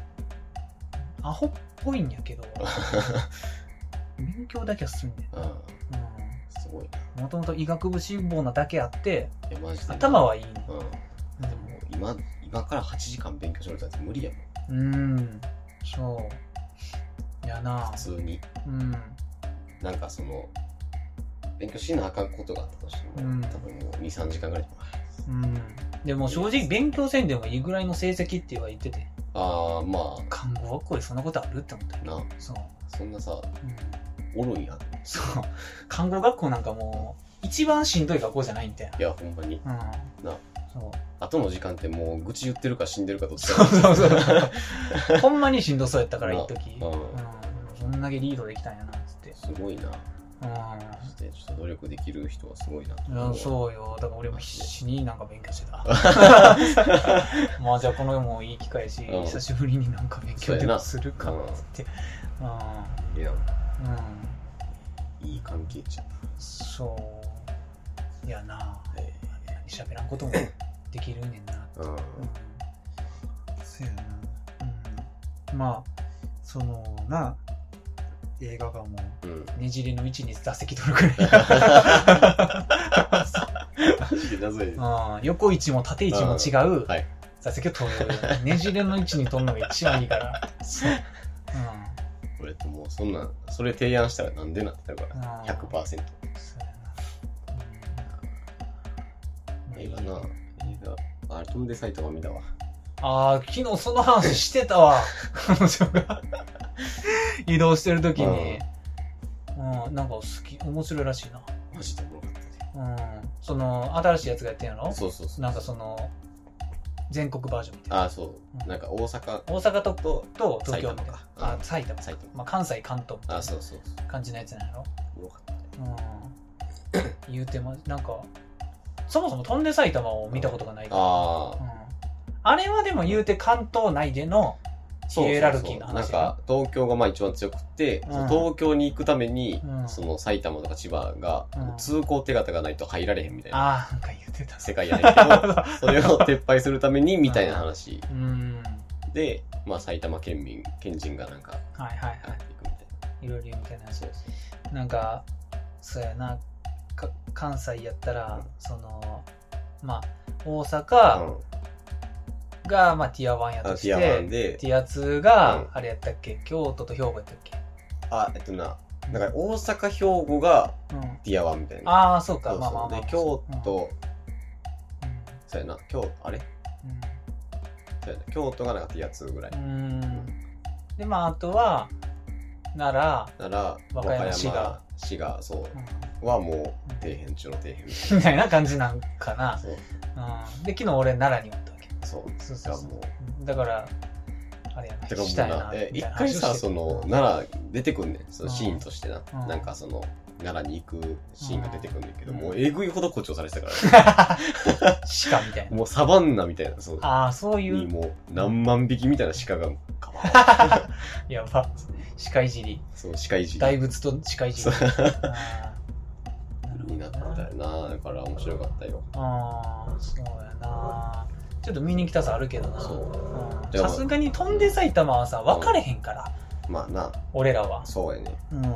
アホっぽいんやけど、勉強だけはすんねうん。 うん。すごいな。ん。もともと医学部志望なだけあって、いや、マジで。頭。はいいねうん。ん。でも、今、今から8時間勉強しろってやつ無理やもん。うん、そう。やな普。通に。うん。なんかその、勉強しなあかんことがあったとしてうんも、多分もう2、3時間ぐらい。うん。でも正直勉強せんでもいいぐらいの成績っては言ってて。ああ、まあ、看護学校でそんなことあるって思ったよな、そう、そんなさ、うん、おるんや。そう看護学校なんかもう一番しんどい学校じゃないみたいいや、ほんまに。なうんなそう後の時間ってもう愚痴言ってるか死んでるかどっちそうか。そうそう。ほんまにしんどそうやったから、な一時。うんうん。そんだけリードできたんやな、つって。 すごいな。そうんして、ちょっと努力できる人はすごいなとい思うや。わ。そうよ。だから俺も必死になんか勉強して た。まあじゃあこの世もいい機会やし、うん久しぶりになんか勉強でもするかそうや、なつって。うん。いや、うん。いい関係じゃん。そう。いやな。え喋らんこともできるねんなってえうん。そうやな、うん、まあそのな映画がもうん。うねじれの位置に座席取るく らマジで謎やでいうん横位置も縦位置も違うはい座席を取る、ねじれの位置に取るのが一番いいからそう、俺ってもうそんなん、それ提案したらなんでなってなるかうんうん、ら、100%。そうやな、うん、映画な、映画、アルトムデサイとか見たわ。ああ、昨日その話してたわ。彼女が移動してる時に。うん、なんか好き、面白いらしいな。マジでおもろかったうん。その、新しいやつがやってんやろね。そうそうそう。なんかその、全国バージョンみたいな。ああ、そう。なんか大阪、大阪とと東京みたいな埼玉か。あう、ん埼玉。埼玉。まあ、関西、関東みたあいあ、そうそうそう。な感じのやつなんやろおもろかったね。うん。言うても、なんか、そもそも飛んで埼玉を見たことがないから。ああう。ん。あれはでも言うて関東内での、ヒエラルキーの話なんか東京がまあ一番強くて、うんその東京に行くために、うんその埼玉とか千葉が、うん通行手形がないと入られへんみたいなああ、なんか言ってた。世界やねんけ どそれを撤廃するためにみたいな話うん。で、まあ、埼玉県民県人がなんかはいはい入は。っていくみたいないいろいろ言うみたいな話そうそうなんか、そうやな、か関西やったら、うんその、まあ、大阪が、まあ、ティア1やうんあとしティアワンて、でティア2うがん、あれやったっけ、京都と兵庫やったっけ。あえっとななんか大阪兵庫がうん。ティアワンみたいなああ、そうか、そうまあまあそまあう。で京都、うそうやな京都あれそうやな京都がなんかティア2ぐらいん。うん。うんで、まあ、あとは、奈なら和歌山市が市がそう良、はもう底辺中の底辺 うんみたいな感じなんかな。そううん。で、昨日俺奈良におったわけ。そうそうだからもうだから、あれやな、てかもしうたいなな。え一回さその奈良出てくんねんそのうんシーンとしてな、うんなんかその奈良に行くシーンが出てくんだけど、うんもうえぐいほど誇張されてたから、良鹿みた いな。もうサバンナみたいなそうああ、そういにう。もう何万匹みたいな鹿がかわいいやば。鹿いじり。 そう鹿いじり大仏と鹿いじそうり。あーなるほど になったんだよなだから面白かったよああ、そうやな。ちょっと見に来たさあるけどな。そううんでさもすがに飛んで埼玉はさ、分かれへんから、まあな俺らは。そうやねうん。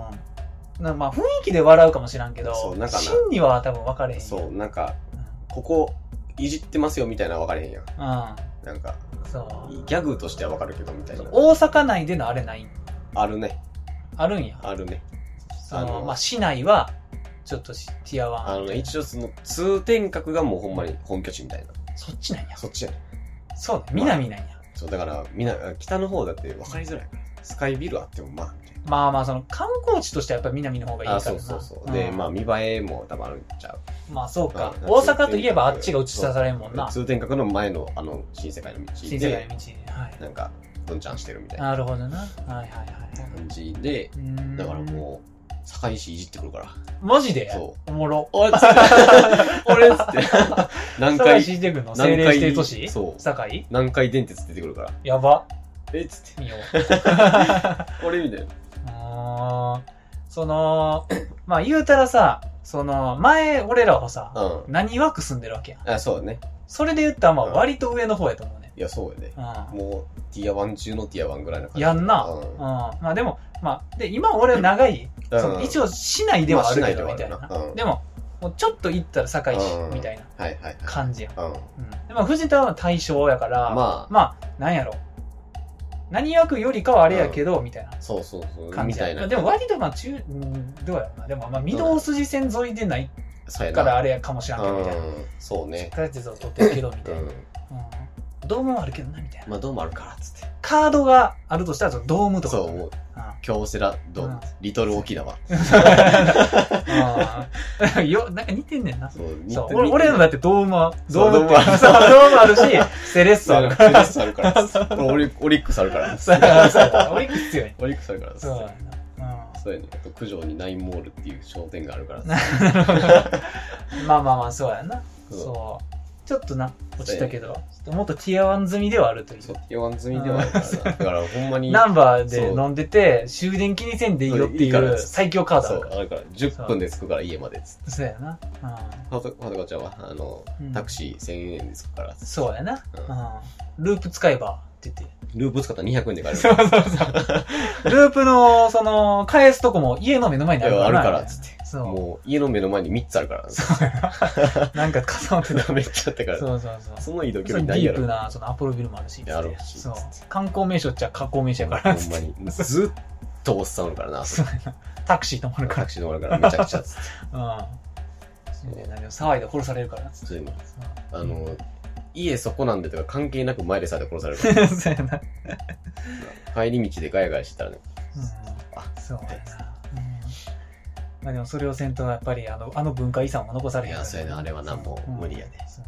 なまあ、雰囲気で笑うかもしらんけど、そうなんかな真には多分分かれへん。そうなんかうん。ここいじってますよみたいなの分かれへんやんうなんかん。そう。ギャグとしては分かるけどみたいな大阪内でのあれないあるねあるんや。あるねそのあのまあ、市内は、ちょっとしティアあワン。のね、一応その通天閣がもうほんまに本拠地みたいな。そっちなんや。そっちやね。そうだ、南なんや。そう、だから、みんな、北の方だって分かりづらいから。スカイビルあってもまあ、みたいまあまあ、その観光地としてはやっぱり南の方がいいな。からあ、な。そうそうそう。で、んまあ、見栄えも多分あるんちゃう。まあそうか。うん大阪といえばあっちが映し出されんもんな。通天閣の前の、あの、新世界の道新世界で、の道で。はい。なんか、どんちゃんしてるみたいななるほどな。はいはいはいはい。感じで、うーんだからもう、堺市いじってくるから。う。マジでそおも ろ。おいっつって、俺っつって、何堺回、市出てくんの何政回令指定都市そう堺南海電鉄出てくるから。やば。えっつって、 見よう。俺みたいな。あーその、まあ言うたらさ、その、前、俺らはさ、うん。何枠住んでるわけやん。あ、そうだね。それで言ったら、まあうん割と上の方やと思うね。いや、そうやね。うもう、ティア1中のティア1ぐらいの感ん。じ。やんな。ううんん。まあでも、まあ、で、今俺は長い、うんその一応市内ではあるけど、まあみ市た内でいはあるななう。んでも、もうちょっと行ったら堺市う、んみたいなはいはいは感じやん。い。うん。うん。でまあ藤田は対象やから、まあ、まあ、なんやろ。何枠よりかはあれやけど、みたいな。そうそうそう、感みじやたいな。でも割とまあ中、うんどうやろうな。でもまあ、御堂筋線沿いでないそうやだからな、あれやかもしらんけどみたいな。うんそしうっね。かりやってるぞ撮ってるけどみうたいな。うんんドームもあるけどな、みたいな。まあ、ドームあるから、つって。カードがあるとしたら、そのドームとか。そう、もう、京セラドーム、うんリトル沖縄。うんよ、なんか似てんねんな。そう、似てそう俺俺のだってドームは、ドームってそうドームあ るそうドームあるし、セレッソあそうるセかレッソあるからっつって。俺オリオリックスあるからっつって。ら。そうそうオリックス強い。オリックスあるからっつってそうやな。そうやね。あと、九条にナインモールっていう商店があるからっつってうん。まあまあまあ、そうやな。そうそう。ちょっとな、落ちたけど、ちょっともっとティアワン済みではあるという。そう、弱ん済みではある からな。だから、ほんまに。ナンバーで飲んでて、終電気にせんでいいよっていいいからう最強カードあそるうか、あるから、10分で着くから家までっつっら。そて。うやな。うんはと、はとかちゃんは、あのうん、タクシー1000円で着くからっつって。そうやな。うん。ループ使えばって言 って。ループ使ったら200円で帰るそうそうそう。 ループの、その、返すとこも家の目の前にあるからな。いやあるからっつって。そもう、家の目の前に3つあるから。 う。なんか重なってた。めっちゃあったから。そうそうそう。その移動距そ離のデないィやープろ。な、そのアポロビルもあるし。やろうしそう。観光名所っちゃ観光名所やから。ほんまに。ずっとおっさんおるからな。そうやなタクシー止まるかタクシー乗るからめちゃくちゃっつって。ら。うん。でなんか騒いで殺されるから。そう今そうあの、家そこなんでとか関係なく前でさえ殺されるかそう やな。ら。帰り道でガヤガヤしてたらね。うん。そうやな。うんまあでもそれをせんとやっぱりあのあの文化遺産も残されへんからいやそうやなあれはなもう無理やねそう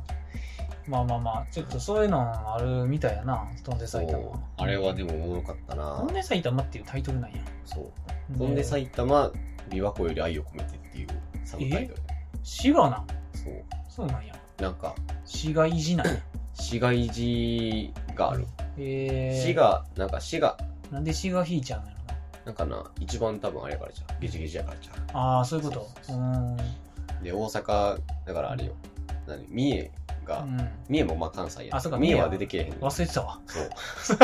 まあまあまあちょっとそういうのもあるみたいやな「飛んで埼玉そうは」あれはでもおもろかった「飛なんで埼玉」っていうタイトルなんやそう。飛んで埼玉、琵琶湖より愛を込めてっていうサブタイトル。滋賀なんそう。そうなんやなんか、滋賀維持なんや市街地がある。えー、市が、なんか市が、なんで滋賀ひいちゃうのやろななんかな、一番多分あれやからじゃん。ゲジゲジやからじゃん。ああそういうことそうそううーんで大阪だからあれよ何三重が、うん三重もまあ関西やあそうか三重は出てけえへんねん忘れてたわ、そうそう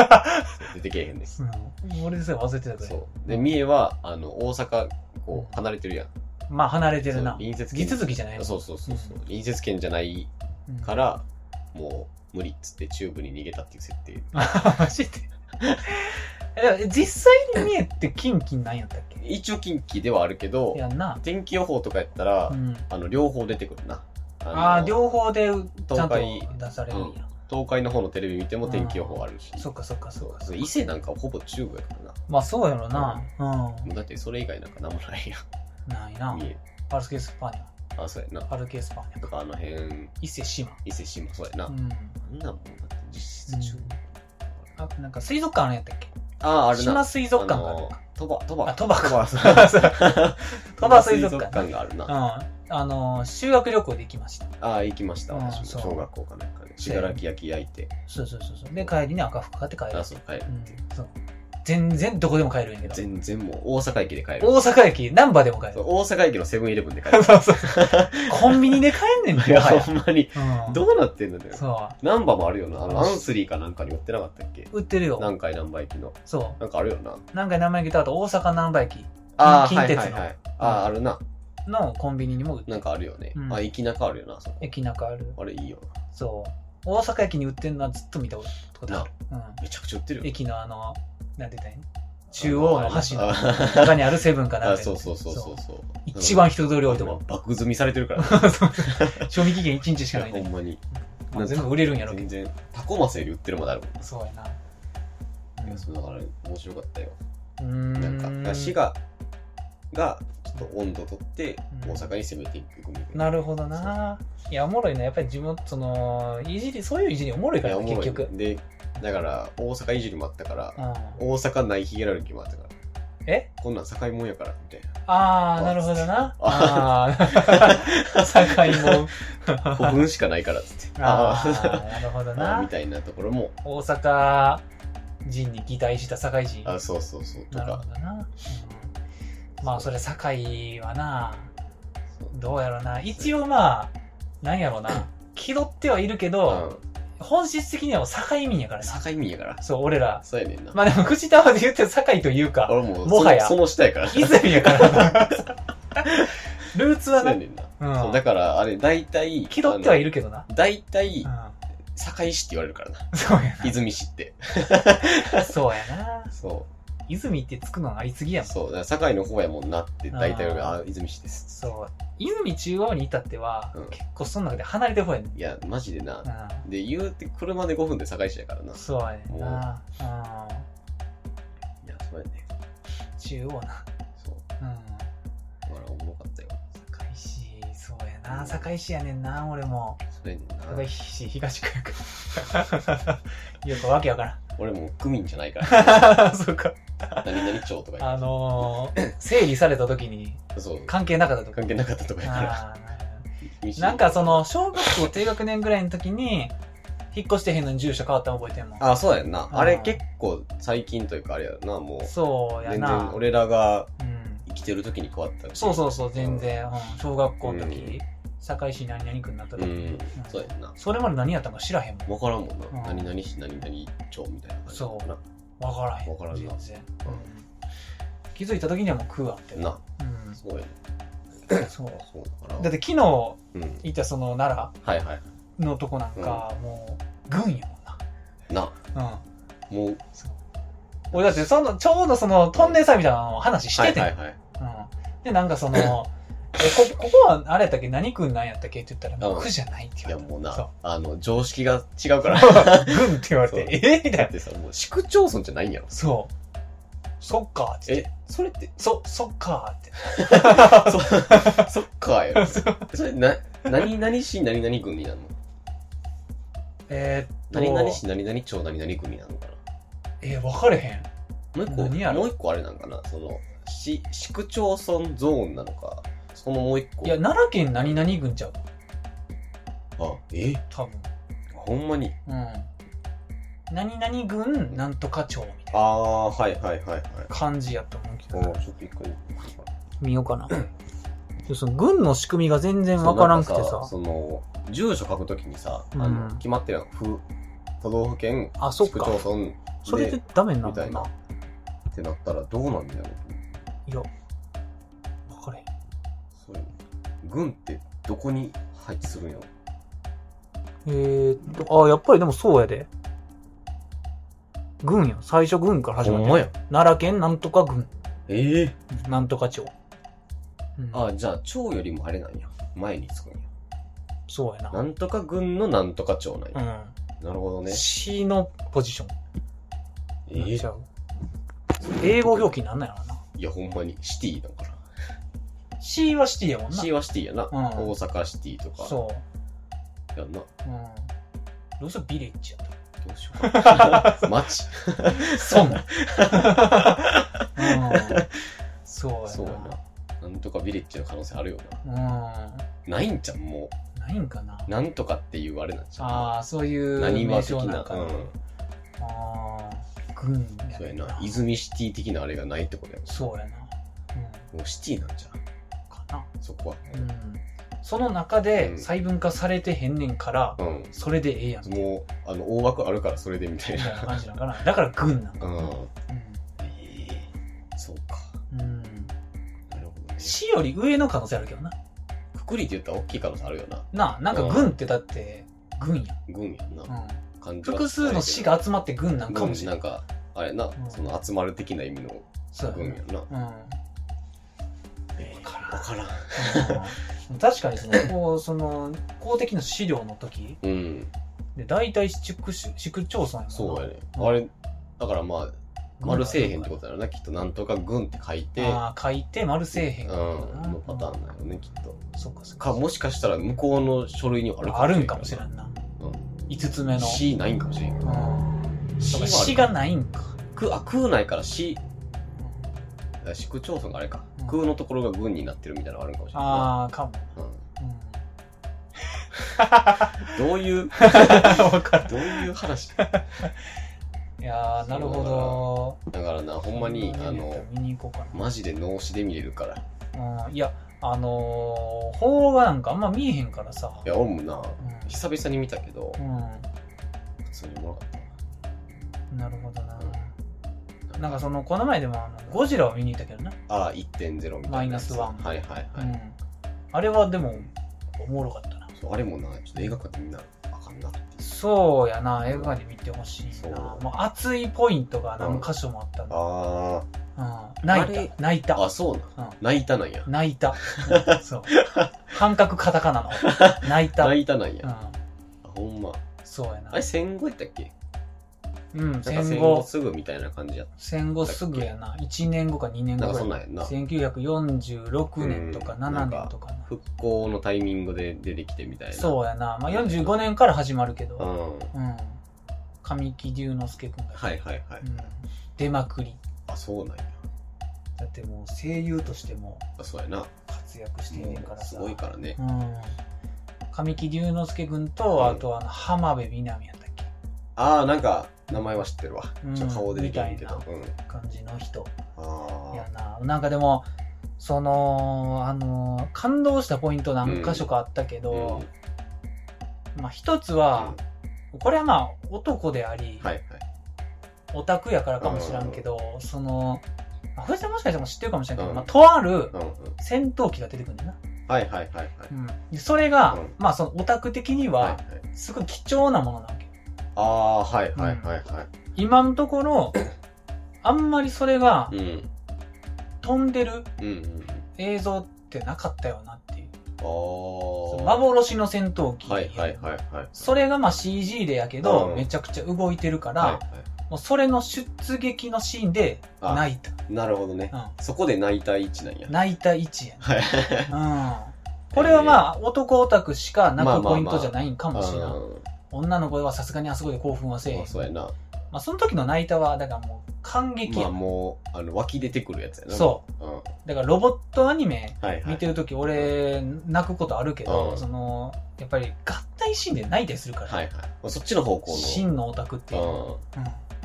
出てけえへんねんそうん、俺ですら忘れてたからいうで三重はあの大阪こう離れてるやんまあ離れてるなそう隣接地続きじゃないもんそうそうそうそう、うん隣接県じゃないうんから、もう無理っつって中部に逃げたっていう設定あ マジでえでも実際に三重って近畿なんやったっけ一応近畿ではあるけどやんな、天気予報とかやったら、うん、あの両方出てくるなのああー両方でうちゃんと東海出されるんや、東海の方のテレビ見ても天気予報あるし、そっかそっかそそっうかそっか伊勢なんかほぼ中部やからなまあそうやろなうん、もうだってそれ以外なんか何もないや。ないなん三重パルスケ・スパーニャあ、そうやな。パルケ・スパーニャとかあの辺、伊勢志摩伊勢志摩、そうやな。うなんんんなもんだって実質中。あなんか水族館あるんやったっけああ、ある島な。水族館がああるの鳥羽、鳥羽。あ鳥羽 か鳥羽 そう鳥羽水族館鳥羽があるな。うんあのー修学旅行で行きましたああ、行きました、うん私そうも。小学校かなんかで。信楽焼き焼いて。そうそうそうそうで帰りに赤服買って帰るあ、そう、帰るっていう。うん、そう全然どこでも帰るんやけど全然もう大阪駅で帰る。大阪駅難波でも帰るそう大阪駅のセブンイレブンで帰そるう。そうそうコンビニで帰んねんも いや、はやほんまに。うんどうなってんのだよ。そナンバーもあるよな。あの、アンスリーかなんかに売ってなかったっけう売ってるよ南海南波駅の。そなんかあるよな。う何回名前聞いた後大阪難波駅ああ、近はい鉄はのいはい。ああ、あるな。のコンビニにも売ってなんるかあるよね。うんあ、駅中あるよな、あそこ。駅中あるあれいいよそう大阪駅に売ってるのはずっと見たことある、な。めちゃくちゃ売ってうるん、よ。駅のあのなんて言ったらいいの中央の橋のの。中にあるセブンかなあ、んかそうそうそうそうそう。一番人通り多いとこ爆積みされてるからね。ろ 賞味期限1日しかないほねんまに。まあ全部売れるんやろうけ全然。タコマスより売ってるまであるも。どそうやなんいや、そうだから面白かったよ。うんうーなんんか、だから滋賀がちょっと温度取って、うん大阪に攻めていくみたいな。なるほどないやおもろいなやっぱり自分そのいじりそういういじりおもろいかいやらおねもろ結いね局、で、だから、大阪いじりもあったから、うん、大阪ないヒエラルキーもあったから、えこんなん境もんやから、みたいああなるほどなああー境 もな。古墳しかないから、 つって。あーあなるほどあーみなたいなところも、大阪人に擬態した堺人あそうそうそうとなるかほどな、うんまあそれ堺はなどうやろな一応まあなんやろな気取ってはいるけそう、ど、本質的には堺民やからなうん、境民やからそう俺らそうやねんな、 まあでも口たわで言って堺というか俺もうもはやそのその下やからそう泉やから なルーツはやな、、ねんな、そううんだからあれ大体気取ってはいるるけどな、大体う堺市って言われるからなん、そうや泉市ってなそうやなそ泉ってつくのありすぎやもん。そう、だから堺の方やもんなって、大体俺が、あ、泉市です。そう。泉中央にいたっては、うん結構その中で離れてる方やねん。いや、マジでな。うで、言うて車で5分で堺市やからな。いん。そうやねんな。うん。や、そうやね。中央な。そうん。う。だからおもろかったよ。堺市、そうやうな。ん堺市やねんな、俺も。そうやねんな。堺市東区やから。 よくわけわか俺もう区民じゃないから。 らん。そうか。 何々町とか言あのー、整理された時にってそう。関係なかったとこ。関係なかったとかやから。あー道になんかその、小学校低学年ぐらいの時に、引っ越してへんのに住所変わったの覚えてんもん。あ、そうやんな。んあれ結構最近というかあれやな、もう。そうや全な然。俺らがうん。生きてる時に変わった。そうう。そうそう、全然。うん小学校のうん時、堺市何々区になったう時。ん。そうやんな。それまで何やったんか知らへんもん。わからんもんうんな。何々市何々町みたいな感じだったな。わからへん。わからんな全然。うん気づいた時にはもう食うわって。うな、ん。 そうやね。そう。そうだから。だって昨日うん。いたその奈はいはい。良のとこなんか、もう、軍やもんな、な。うん。もう。俺だってその、ちょうどその、トンネルさんみたいなのを話しはていてん。はいはい。うん。で、なんかその、えこ、ここはあれやったっけ何君なんやったっけって言ったら、うん僕じゃないってい言やわれた。もうそうな、あの、常識が違 うから。軍って言われそうて、えみただいっな。てさ、もう市区町村じゃないんやろ。そう。そっかーって言っえて。、それって、そ、そっかーって。 そそっかやろ。それ、な、何々市何々軍になるのえーっと、何々市何々町何々軍になるのかなえー、分かれへん。もう一個、何やろもう一個あれなんかなその、市、市区町村ゾーンなのか、そのもう一個。いや、奈良県何々郡ちゃうあ、え多分。ほんまに。うん。何々郡なんとか町みたいああ、はいはいはいはない。感じやと思うけおど。ーちょっと一回。見ようかな。でその郡の仕組みが全然分からんくてそうなさか。その、住所書くときにさ、うあの、ん決まってるやん。府、都道府県、あ、そっ市区か。町村で、それでダメになみるのたかいな。なっ。てなったらどうなんだろういや、分かれへん。そういうの軍ってどこに配置するんやろえーっと、あ、やっぱりでもそうやで。郡や。最初郡から始まってる。や。奈良県なんとか郡。ええうんなんとか町。うん、あ、じゃあ、町よりもあれなんや。前につくんや。そうやなな。んとか軍のなんとか町なんや。なるほどうん。ね。 C のポジション。ええちゃう英語表記なんなんやろないや、ほんまに、シティだか C はシティやもんら。な C はシティやんな。大阪シティとか。そやんな。どううんどうせビレッジやっうしよう か。 町。 たそんうんそうやなそうやな。なんとかビレッジの可能性あるようんな。ないんじゃん、もないんかなう。なんとかっていうあれなんじゃん。ああそういう何名は的称なな。んかな、うん。ああ軍やそうやねんな。泉シティ的なあれがないってことやもそうやなうんん。もうシティなんじゃん。かなそこは。うんその中うでん細分化されてへんねんから、うん。それでええやんみもう、あの、大枠あるからそれでみたいたいなな。感じなんかなだから軍なんうかんな。ええそうか。うんうんなるほどね。死より上の可能性あるけどな。くくりって言ったら大きい可能性あるよな。なあ、なんか軍ってだって、軍やん。軍やんな。うん感じは複数の死が集まって軍なんかもし軍れない。なんか、あれやな、んその集まる的な意味のそう軍ややんな。わな。からん。からうん。んうん。 確かにその、こう、その、公的な資料の時、うん。で、大体市区市、市区町村やもんなそうやね。うんあれ、だからまあ、丸せえへんってことだよな。きっと、なんとか軍って書いて、うん、ああ、書いて、丸せえへんからなのパターンだよね、きっと。そうか、そうか、もしかしたら向こうの書類にはあるあるんかもしれい。んなうん。五つ目の。死ないんかもしれん。うん。死だからはある死がないんか。くあ空内から市市区町村があれか、うん空のところが軍になってるみたいなのがあるんかもしれなああ、かもな。いな、うん。うん、どういう わかる。どういうい話やー、なるほど。だからなほんまにあの見に行こうかマジで脳死で見れるからいな。うん、いや、あのー、放浪がなんかあんま見えへんからさ。や俺もなう久々に見たけどん。普通におもろかったうん、なるほどな。ななんかその、この前でもあの、ゴジラを見に行ったけどな。ああ1.0みたいなやつマイナスワンはいはいはうい、ん。あれはでも、おもろかったな。そうあれもなちょっと映画館でみんなあかんなっていうそうやな、映画で見てほしいな。もう熱いポイントが何箇所もあったんあだ。うん、泣いた、泣いあ。あ、た。そうなの。うん泣いたなんや。泣い た。うんそう。感覚カタカナの。泣いた。う泣いたなんや。ん。あほんま。そうやなあれ。戦後やったっけうん、なんか戦戦後後、すぐみたいな感じやっ戦後すぐやな。1年後か2年た。なん後かそんぐならんい。やんな。 1946年とかうん7年とかな。復興のタイミングで出てきてみたいな。そうやな。まあ45年から始まるけうん。ど。はうん。神木隆之介君が。いはいはい。うん。出まくり。あ、そうなんや。だってもう声優としてもあそうやな。活躍していねんからすさ。ごいからねう。ん。神木隆之介君うんと、あとあの、浜辺美波やったっけああ、なんか、名前は知ってるわ。うんちょっと顔でできるけどみ。うん。感じの人あやな。なんかでも、その、あのー、感動したポイント何箇所かあったけあ。うんど、まあ一つは、これはまあ男であり、はいはい。オタクやからかもしらんけど、その、まあ、藤田もしかしても知ってるかもしれんけど、うんまあ、とあるうんうん。戦闘機が出てくるんだよな。はいはいはいはい。うんでそれが、うんまあそのオタク的にはいはは、い。すごい貴重なものなわけ。ああ、はいはいはいは今のところ、あんまりそれがい。うん。飛んでるうんうん。映像ってなかったよなっていう。ああ。幻の戦闘機。はいはいはいはい。それがまあ CG でやけど、うんめちゃくちゃ動いてるから、はいはもうそれの出撃のシーンであ泣いた。い。なるほどね。うんそこで泣いた位置なんや。泣いた位置やねはい。うんこれはまあ、男オタクしか泣くポイントじゃないんかもしれない。うん女の子はさすがにあそこで興奮はせえへんまあ。そうやな。まあ、その時の泣いたは、だからもう、感激まあや。もう、あの、湧き出てくるやつやな。。そううん。はう。だからロボットアニメいはい。見てる時、俺、泣くことあるけうど、んその、やっぱり合体シーンで泣いたりするから、はいはい。まあそっちの方向の。真のオタクっていうのは。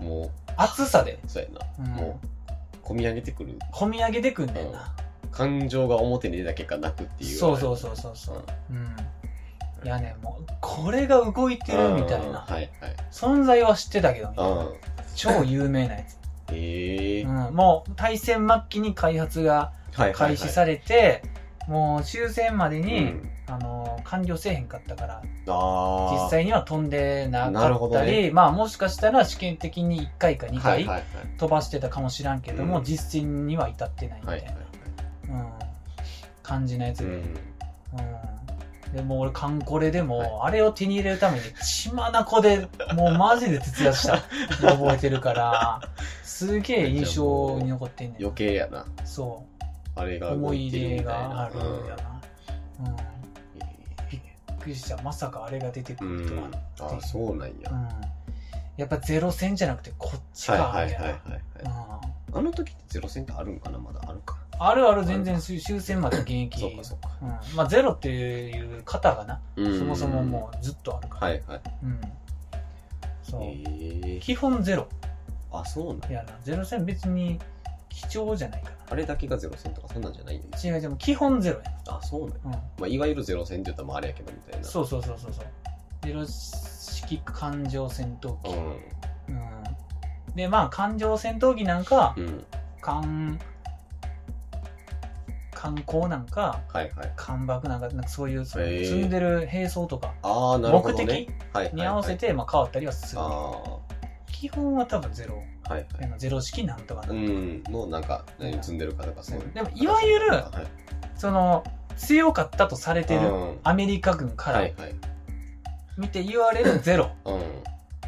うん。も熱さで、う、そうやな。うんも込み上げてくる込み上げてくんねんな。感情が表に出た結果泣くっていう。そうそうそうそうそう。うん。いやね、もう、これが動いてうるんみたいうんな。はい存在は知ってたけどみたいな、はい。うん。超有名なやつ。ええ。うん、もう対戦末期に開発がはいはいは開い。始されて、もう終戦までうに、んあの完了せえへんかったからああ。実際には飛んでななるかほっどたり、ねまあもしかしたら試験的に1回か2は回いはいはい。飛ばしてたかもしらんけども、うん実戦には至ってないみたはいいな、はいはい。うん、感じのやつうで、うんん。でもう俺カンコレでも、あれを手に入れるために血まなこでもうマジで徹夜したの覚えてるからすげえ印象に残ってんねん余計やな。そうあれが動思いいてる出みたいがな。あるんだよな。うん。うんええびっくりした。まさかあれが出てくうるとはん。。あ、そうなんや。うはん。やっぱゼロ戦じゃなくてこっちいかはいはみいたいはいな。はい。うんあの時ってゼロ戦ってあるんかなまだあるか。あるある全然終終戦まで現役。そうかそうか。うん。まあゼロっていう型がな、うんそもそももうずっとあるから。はいはい。うん。そう。ええ。基本ゼロ。あ、そうなんいや。やな、ゼロ戦別に貴重じゃないかあれだけがゼロ戦とかそんなんじゃないんや。な。違う、でも基本ゼロやあ、そうなんや。な。うん。まあ、いわゆるゼロ戦って言ったらもうあれやけどみたいな。そうそうそうそうそう。ゼロ式環状戦闘機。うん。うんでまあ環状戦闘機なんかうん。艦艦光なんかはいはい。艦爆なんかなんかそういうそのへー積んでる兵装とかああ、なるほ目ど、ね。的はいはいはいに合わせ。てまあ変わったりはするああ。基本は多分ゼロはいはい。あのゼロ式なんとかうな、ん。の、なんか、何積んでるかとかそういう。でもいわゆるはい、その強かったとされてうるん。アメリカ軍かはらいはい。見て言われるゼロうん。っ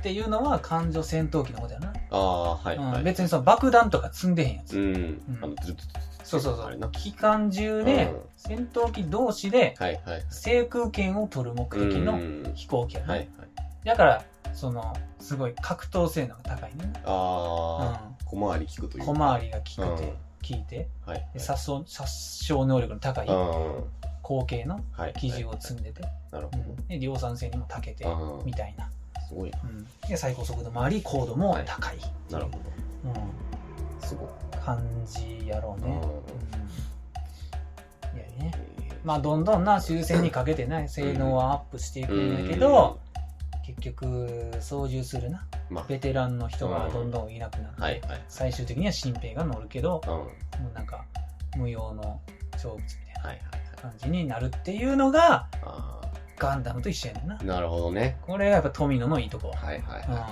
ていうのは環状戦闘機のことやな、ああ、はいはい。うん別にその爆弾とか積んでへんやつ、うんう。んあの、ずるずるそうそうあそれうな機関銃でうん戦闘機同士で、はいはい。制空権を取る目的うのん飛行機やね、はいはい。だからそのすごい格闘性能が高いね、うあん、あ、小回り聞くというか。小は回りが効くうてん効いていはい。で殺傷殺傷能力の高いうん。後継のはい。機銃を積んでて、なるほうんで量産性にも長けてど。うんみ。たいな、すごいな。うんで最高速度もあり高度も高い、なるほうん、ど。すごい。感じやろううんね、うんいやねえーまあどんどんな終戦にかけてね性能はアップしていくんやけど、、結局操縦するなうんまあ、ベテランの人がどんどんいなくなって、はいはい。最終的には新兵が乗るけどうん。はいもうなんか無用の勝負みたいはいはい。な感じになるっていうのがああ。ガンダムと一緒やねんな。なるほどね。これがやっぱ富野のいいとこ。はいはいは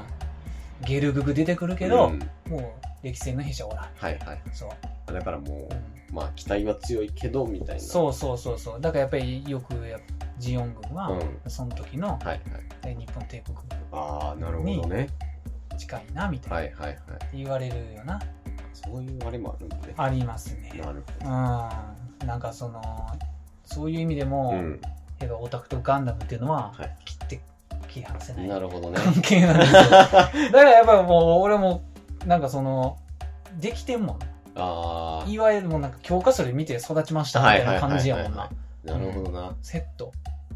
うん、ゲルググ出てくるい。けど、うんもう歴戦の弊社おらん。はいはい。そう。だからもう、まあ期待は強いけど、みたいな。そうそうそうそう。だからやっぱりよくやっぱジオン軍うん。はは、その時のいはい。え日本帝国ああ、なるほどね。近いなみたいな、はいはいはい。言われるよな。そういうあれもあるんでね。ありますね。なるうん。なんかその、そういう意味でも、ほど。うん。やっぱオタクとガンダムっていうのは、はい切って切り離せないなる ほどね。関係なんですよ。だからやっぱもう俺もなんかそのできてんもん。あいわゆるもうなんか教科書で見て育ちましたみたいな感じやもんはいはいはいな。あ、なるほどな。セット。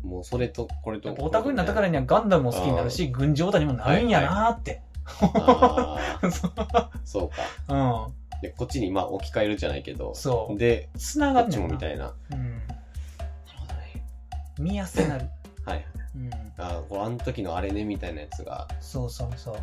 もうそれとこれとやっぱオタクになったからにはガンダムも好きになるし、軍事オタにもなるんやなーって。あ そうーそうか。うん。で、こっちにまあ置き換えるじゃないけど、そう。で、つなこがっんちねんもみな。たいな。うん。なるほどね。見やすくなる。はい。うん。あーこうあの時のあれねみたいなやつが、そうそうそ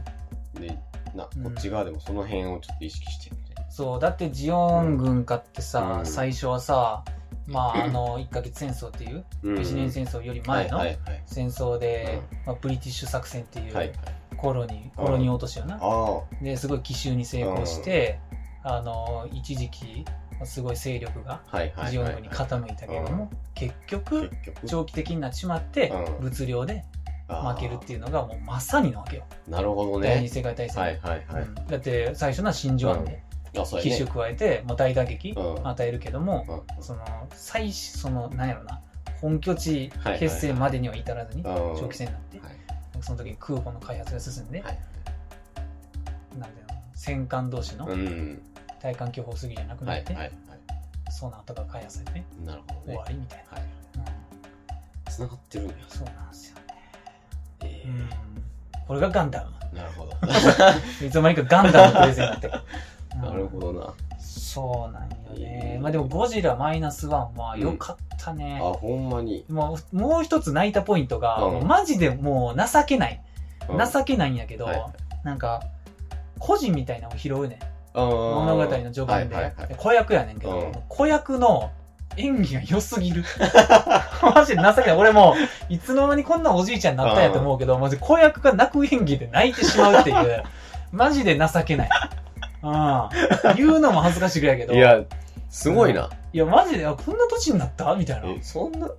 う。で、な、こうんっち側でもその辺をちょっと意識してみたいな。そう、だってジオン軍かってさ、うん最初はさ、まああの、1ヶ月戦争っていう、うん一年戦争より前のはいはいはい。戦争で、まあ、ブリティッシュ作戦ってい。はいはいうコロニー、コロニー落としよな。あですごい奇襲に成功して、あの一時期すごい勢力があ、はいはいはいはい。ジオン軍に傾いたけども、結局結局長期的になっちまって、うん物量で負けるっていうのがもうまさになわけよ、あーなるほど第二ね。次世界大戦、はいはいはうい。んだって最初のは真珠湾であ、そう奇や襲ね。加えて、まあ、大打撃うん与えるけども、うんその最初そのなんやろな本拠地決戦までには至らずにうん長期戦になって、はいその時に空母の開発が進んで、はいなんていうの戦艦同士のうん。体感巨峰すぎじゃなくはないって、はいはい。そうなんとか開発されて、なるほど終ねわ。りみたいはい。な、つながってるんや。うん、そうなんですよ、うええん、これがガンダムなる ほど。 いつの間にかガンダムのプレゼンになってる、うんなるほどな。そうなんよね、えーまあでも「ゴジラマイナスワンは良かったあ、ね、ほんまに。もうもう一つ泣いたポイントが、うんもうマジでもう情けない情けないんやけど、はいはいなんか個人みたいなのを拾うねん物物語の序盤で、はいはいはいで子役やねんけど、うん子役の演技が良すぎる マジで情けない俺もいつの間にこんなおじいちゃんになったんやと思うけど、マジ子役が泣く演技で泣いてしまうっていう マジで情けない、うん、言うのも恥ずかしいぐらいやけどいや、すごいな。いやマジであこんな年になったみたいな、うえ、そんな、ん、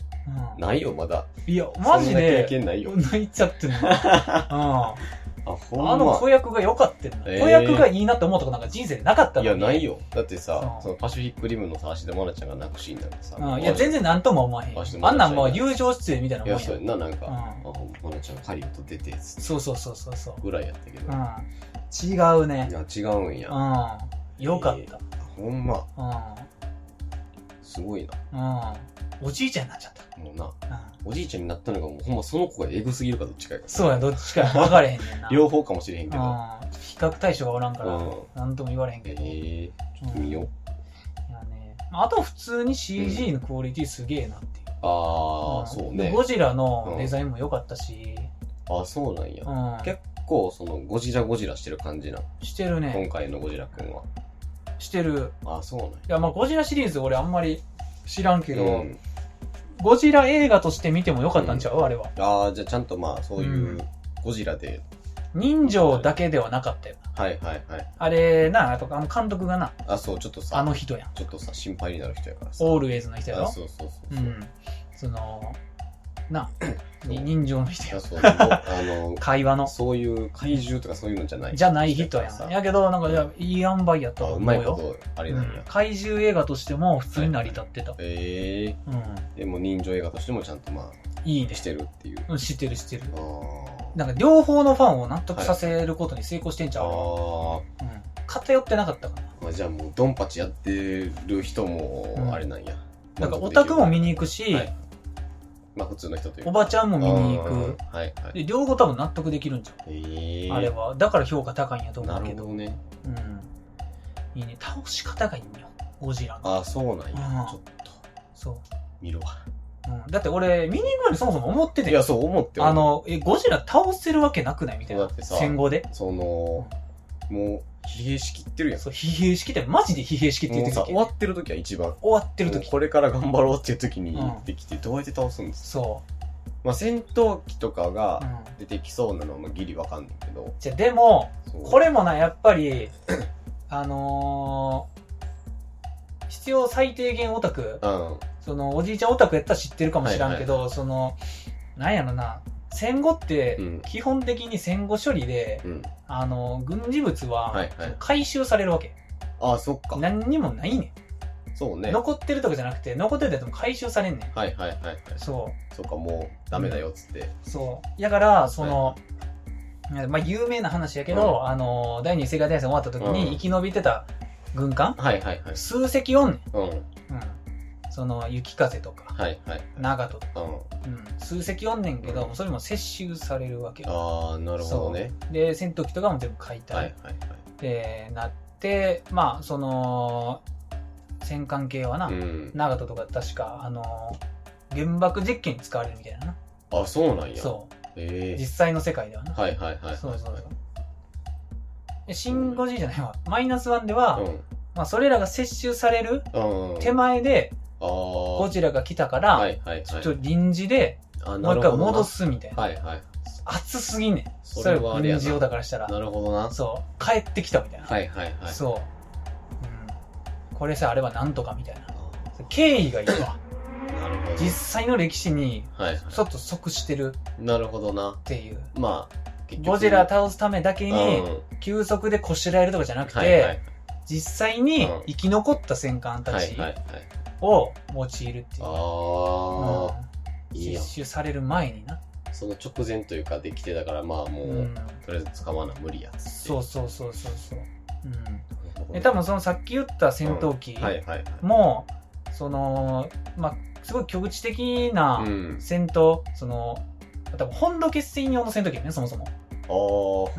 ないよ、まだ。いやマジそんな経で験ないよ。泣いちゃ ってんの、うんあ、ほんま。あの子役が良かったよなえー子役がいいなって思うとこなんか人生でなかったのいにや、ないよ。だってさう、んそのパシフィックリムのさ、芦田愛菜ちゃんが泣くシーンだからさ。うん、いや全然なんとも思わへんあしてよもあんらいたないんなもう友情出演みたいないもんや、やそうやんな、なんか、うんあ、ほんま、愛菜ちゃん、ハリウッド出て、そうそうそうそうそうぐらいやったけど。うん違うねいや、違うんや。うんよかった、あほんま、うすごいな。んうんおじいちゃんになっちゃっもうな、た、うん、おじいちゃんになったのが、もうほんまその子がエグすぎるかどっちかやから。そうやどっちかや分かれへんねんな両方かもしれへんうんけど。比較対象がおらんからうんなんとも言われへんけど、ええちょっと見よう。いやねまああと普通に CG のクオリティすげえなっていう、あんあ、そうね。ゴジラのデザインも良かったし、あ、そうなんやう。ん、結構、その、ゴジラゴジラしてる感じな。してるね今回のゴジラくんは。してるあ、そうなんや。いやまあゴジラシリーズ俺あんまり知らんけど、うんゴジラ映画として見てもよかったんちゃう、あれはああ、じゃあちゃんとまあ、そういうう、ゴジラで、人情だけではなかったよなはいはいはい。あれなあとあの監督がなあ、そう、ちょっとさ、あの人やんちょっとさ、心配になる人やからさ。オールウェイズの人やあろそうそうそううそう。いんそのなそうに人情の人やや、そう、あ会話の、のそういう怪獣とかそういうのじゃない。じゃない人やさんやけどなんかいやいい塩梅やったあとうま思いうこよ、と、あれうなんんや。、怪獣映画としても普通に成り立ってた、ええー。でも人情映画としてもちゃんとまうんいいあ、ねしてるっていう。うん知ってる知ってるあーなんか両方のファンを納得させることに成功してんちゃう、あうん、偏ってなかったかなー、まあ、じゃあもうドンパチやってる人うんもあれなんや。なんかオタクも見に行くし、はいまあ普通の人というおかばちゃんも見に行うんく。はいはで、い。両方多分納得できるんじゃえー、ん。あれは。だから評価高いんやと思なうるけほど。どね。うん。いいね。倒し方がいいんよ。ゴジラの。あ、そうなんうんや。ちょっとそ見るわ。う。うん。だって俺、見に行くのにそもそも思っていて。や、そう思ってあ、の、え、ゴジラ倒せるわけなくないみたいだなっ。てさ戦後で。その、もう、疲弊しきってるやん。そう、疲弊しきって、マジで疲弊しきって言もっうてさ、た終わってる時は一番。終わってるもう時。これから頑張ろうっていう時にうん行ってきて、どうやって倒すんですそまあ、戦闘機とかが出てきそうなのはまあギリわかんないけど。じゃあでも、そうこれもな、やっぱり、あのー必要最低限オタク、うん。その、おじいちゃんオタクやったら知ってるかもしらんけど、その、なんやろな、戦後って、うん基本的に戦後処理で、うん。あの、軍事物ははいはい、回収されるわけ。ああ、そっか。何にもないねそうね。ん。はい残ってるとかじゃなくて、残ってたやつも回収されんねん。はいはいはい。そそっか、もうダメだよっつって。う、そう。だから、その、まあ、有名な話やけど、あの、第二次世界大戦終わった時うんに生き延びてた軍艦、はいはいはい。数隻おんねん。うん。はういん。その、雪風とか、はい。長門とか、うん。うん。数隻おんねんけど、うんそれも接収されるわけよ。ああ、なるほどね。で、戦闘機とかも全部解体。はいはいってなってまあその戦艦系はな、はい。うん。長門とか確かあの原爆実験に使われるみたいななあ、そうなんや。そえう実え際の世界ではな、はいはいはいはい。そうそうそうでシン・ゴジじゃないわマイナスワンでは、うまあ、それらが接収されるん。うん。手前でああ。ゴジラが来たから、はいはいはい。ちょっと臨時であもなうる一ほ回どな戻すみたいなはいはい。熱すぎんねんそれはあれや軍事用な。だからしたらなるほどな。そう帰ってきたみたいな、はいはいはい。そう、うん、これさあればなんとかみたいなあ経緯がいいわーなるほ実際の歴史にど。はいはい。ちょっと即してるなるほどな。っていうまあ、結局ゴジラ倒すためだけうにん急速でこしらえるとかじゃなくて、はいはい実際にうん生き残った戦艦たはいちはいはい。を用いるっていう、ああ、うんいいやん接種される前にな、その直前というかできてたから、まあもう、うん、とりあえず捕まな無理やっつって。そうそうそうそうそう、うなるほどん、ねで多分そのさっき言った戦闘機はいはいはい。も、そのまあすごい局地的な、うん。戦闘その多分本土決戦用の戦闘機よねそもそも、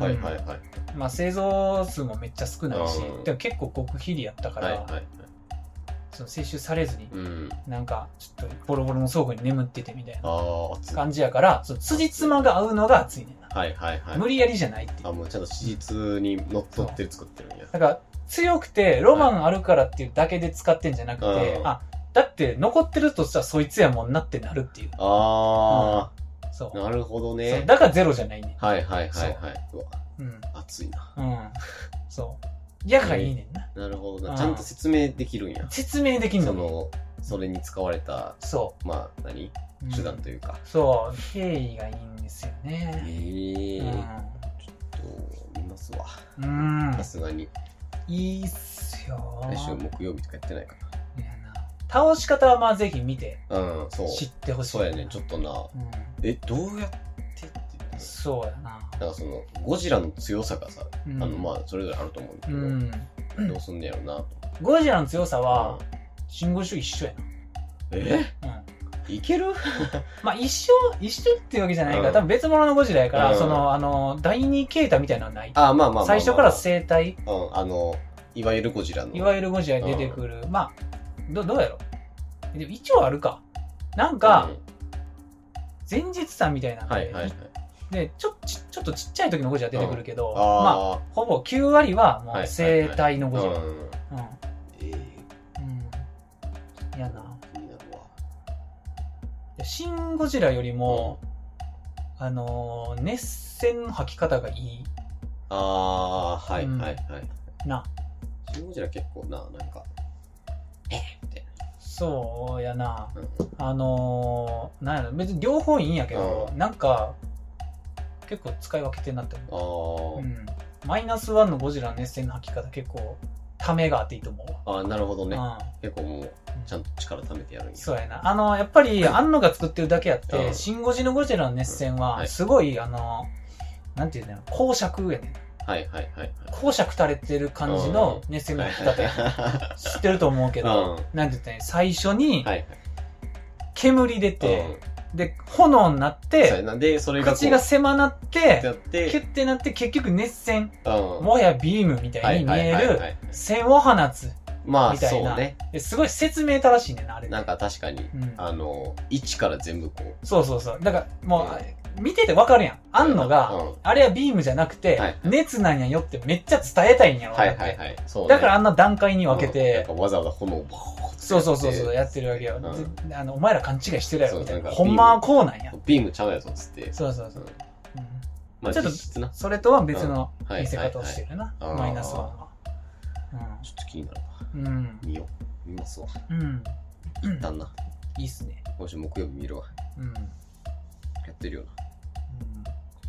ああ、はいはいはい。まあ、製造数もめっちゃ少ないし、うんでも結構極秘裏やったかはら、いはいはい。その摂取されずに、うん。なんかちょっとボロボロの倉庫に眠っててみたいなああ、熱い感じやからその辻褄が合うのが熱いねんな、はいはいはい。無理やりじゃないっていうあ、もうちゃんと史実にのっとって作ってるんや。だから強くてロマンあるからっていうだけで使ってんじゃなくて、うんあだって残ってるとしたらそいつやもんなってなるっていうあそうあ、なるほどそうね。だからゼロじゃないねはいはいはいはい。うわ、んうん熱いな。うんそうやからいいねんな、なるほどうな。んちゃんと説明できるんや。説明できんのそにの、それに使われた、そまあ、何う、うん手段というか。そう経緯がいいんですよえねえうんと、見ますわ。うん、さすがに。いいっすよ来週木曜日とかやってないかいやな倒し方はまあぜひ見てな。うん、そう。知ってほしいそうやね、ちょっとな。うん、え、どうやってって言ったのそうやな、なんかその、ゴジラの強さがさ、うん、あの、まあ、それぞれあると思うんだうけど、んどうすんねやろうなと。ゴジラの強さはあ、シンゴ主一緒やえな、うん、いける まあ一緒一緒っていうわけじゃないから、うん多分別物のゴジラやから、うんそのあの第二形態みたいなのはないあ、まあまあまあまあ最初から生態うん、あの、いわゆるゴジラの。いわゆるゴジラに出てくる、まあどどうやろでも一応あるかなんか、うん前日さんみたいなので,、はいはいはい。でちょちちょっとちっちゃい時のゴジラ出てくるけど、まああほぼ9割ははもいはうい生体のあ、ゴジラ、うん。えうんうんやーな気になるわ。でシン・ゴジラよりも、あのー熱線の吐き方がいいあー、はいうんはいはい。なシンゴジラ結構な、なんか、えーって。そうやなうんあのー、なんやろ別に両方いいんやけど、うんなんか結構使い分けてんなってあ思う、うー、ん、マイナスワンのゴジラの熱線の吐き方結構ためがあっていいと思うわあーなるほどね。うん結構もう、ちゃんと力貯めてやるんや。そうやな。あの、やっぱり、安野が作ってるだけあっうて、んシン・ゴジのゴジラの熱戦うんはは、いすごい、あの、なんていうんだろう、公爵やねはいはいはいはい。公爵垂れてる感じの熱戦の吹き方やねは知ってると思うけど、なんて言ったらいい最初にい、はい。煙出て、で、炎になって、なんで、それがこう、口が狭なっってて、やって、キュッてなって、結局熱戦、うんもはやビームみたいに見える、い。線を放つまあみたそいうなねですごい説明正しいねんなあれってなんか確かに、うんあの一から全部こうそうそうそうだからもう、見ててわかるやんあんのが、うんあれはビームじゃなくて、はい熱なんやよってめっちゃ伝えたいんやろなはって、いはいはいそうね、だからあんな段階にうん分けなて、んかわざわざ炎をバーッてそうそうそうそうやってるわけよ、うんであのお前ら勘違いしてるやろみたいなそうなんかほんまはこうなんやビームちゃうやぞっつってそうそうそう、うんうんまあちょっと実質なそれとは別のはい見せはい方はをいしてるな、はいはいマイナスワンはちょっと気になるなうんうん見よう見ますわうん、一旦なうん、いいっすね今週木曜日見るわうん、うんやってるよ